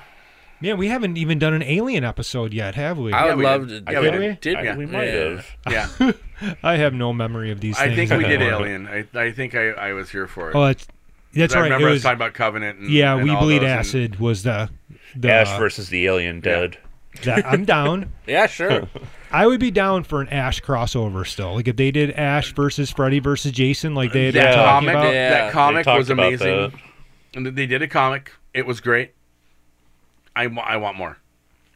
Man, we haven't even done an Alien episode yet, have we?
I
I,
Yeah,
would
we
love
did.
to.
Yeah, we
did.
I-
we?
we might
Yeah.
have.
Yeah.
have no memory of these
I
things.
think we
<laughs>
did
anymore.
Alien. I, I think I, I was here for it.
Oh, that's, that's
I
right.
remember
it
us
was,
talking about Covenant. And,
yeah,
Mm, and
We
all
Bleed
those, and-
Acid was the. the
Ash versus the Alien Dead.
that- I'm
<laughs>
down.
Yeah, sure.
I would be down for an Ash crossover still. Like if they did Ash versus Freddy versus Jason, like they had been
that,
Yeah.
talking
comic,
about.
Yeah.
that comic
talked
was
about
amazing.
that.
And they did a comic. It was great. I, wa- I want more.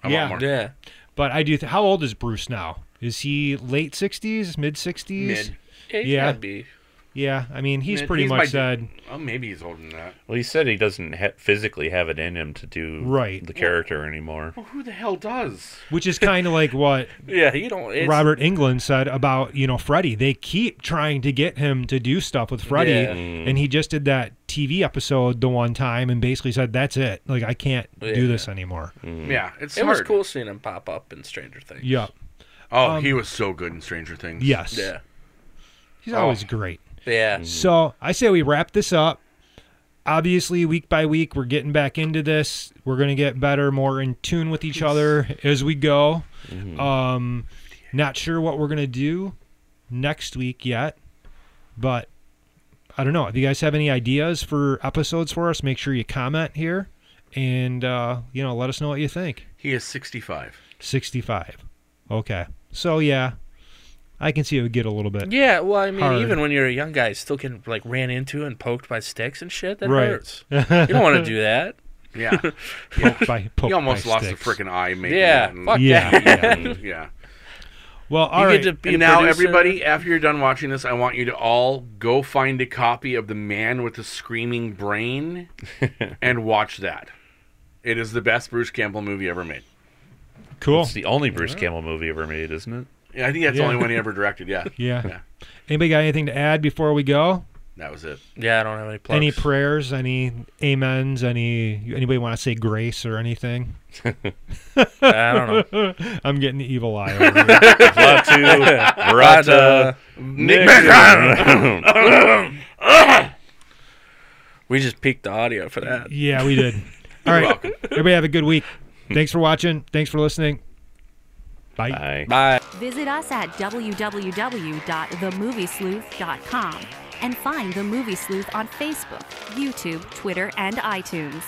I
Yeah.
want more.
yeah.
But I do. Th- how old is Bruce now? Is he late sixties, mid sixties?
Mid.
It
Yeah.
yeah. be.
Yeah, I mean he's
Mid.
pretty
He's my-
much said
Oh, maybe he's older than that.
Well, he said he doesn't ha- physically have it in him to do
Right.
the character anymore.
Well, who the hell does?
which
<laughs>
is kind of like what
Yeah, you don't. It's,
Robert England said about you know Freddy. They keep trying to get him to do stuff with Freddy,
Yeah.
and he just did that TV episode the one time and basically said that's it. Like I can't do this anymore.
Yeah, it's
Mm. It was
hard.
cool seeing him pop up in Stranger Things.
Yeah.
Oh,
Um,
he was so good in Stranger Things.
Yes.
Yeah.
He's always great.
Yeah.
So I say we wrap this up. Obviously, week by week, we're getting back into this. We're gonna get better, more in tune with each other as we go. Um, not sure what we're gonna do next week yet, but I don't know. If you guys have any ideas for episodes for us, make sure you comment here, and uh, you know, let us know what you think.
He is
<laughs>
65.
Sixty-five. Okay. So yeah, I can see it would get a little bit.
Yeah, well, I mean,
Hard.
even when you're a young guy, still getting like ran into and poked by sticks and shit. That
Right.
hurts. You don't want to do that.
Yeah.
Poked by, poked
he almost
Oh, by
lost
sticks.
a freaking eye, maybe.
Yeah,
And-
fuck
Yeah.
that. <laughs>
yeah. yeah.
Well, <laughs> all
you
right.
get to be a
And now,
producer.
everybody, after you're done watching this, I want you to all go find a copy of The Man with the Screaming Brain
<laughs>
and watch that. It is the best Bruce Campbell movie ever made.
Cool.
It's the only Bruce Campbell movie ever made, isn't it?
Yeah, I think that's
Yeah.
the only one he ever directed.
<laughs>
Yeah.
Yeah.
Yeah.
Anybody got anything to add before we go?
That was it.
Yeah, I don't have any plugs.
Any prayers? Any amens? Any anybody want to say grace or anything? <laughs>
I don't know.
I'm getting the evil eye. Over here.
Latu, uh,
uh,
Rata,
Nick,
Nick.
We just peaked the audio for that.
Yeah, we did. All right. Everybody have a good week. Thanks for watching. Thanks for listening. Bye.
Bye.
Bye.
Visit us at www.themoviesleuth.com and find The Movie Sleuth on Facebook, YouTube, Twitter, and iTunes.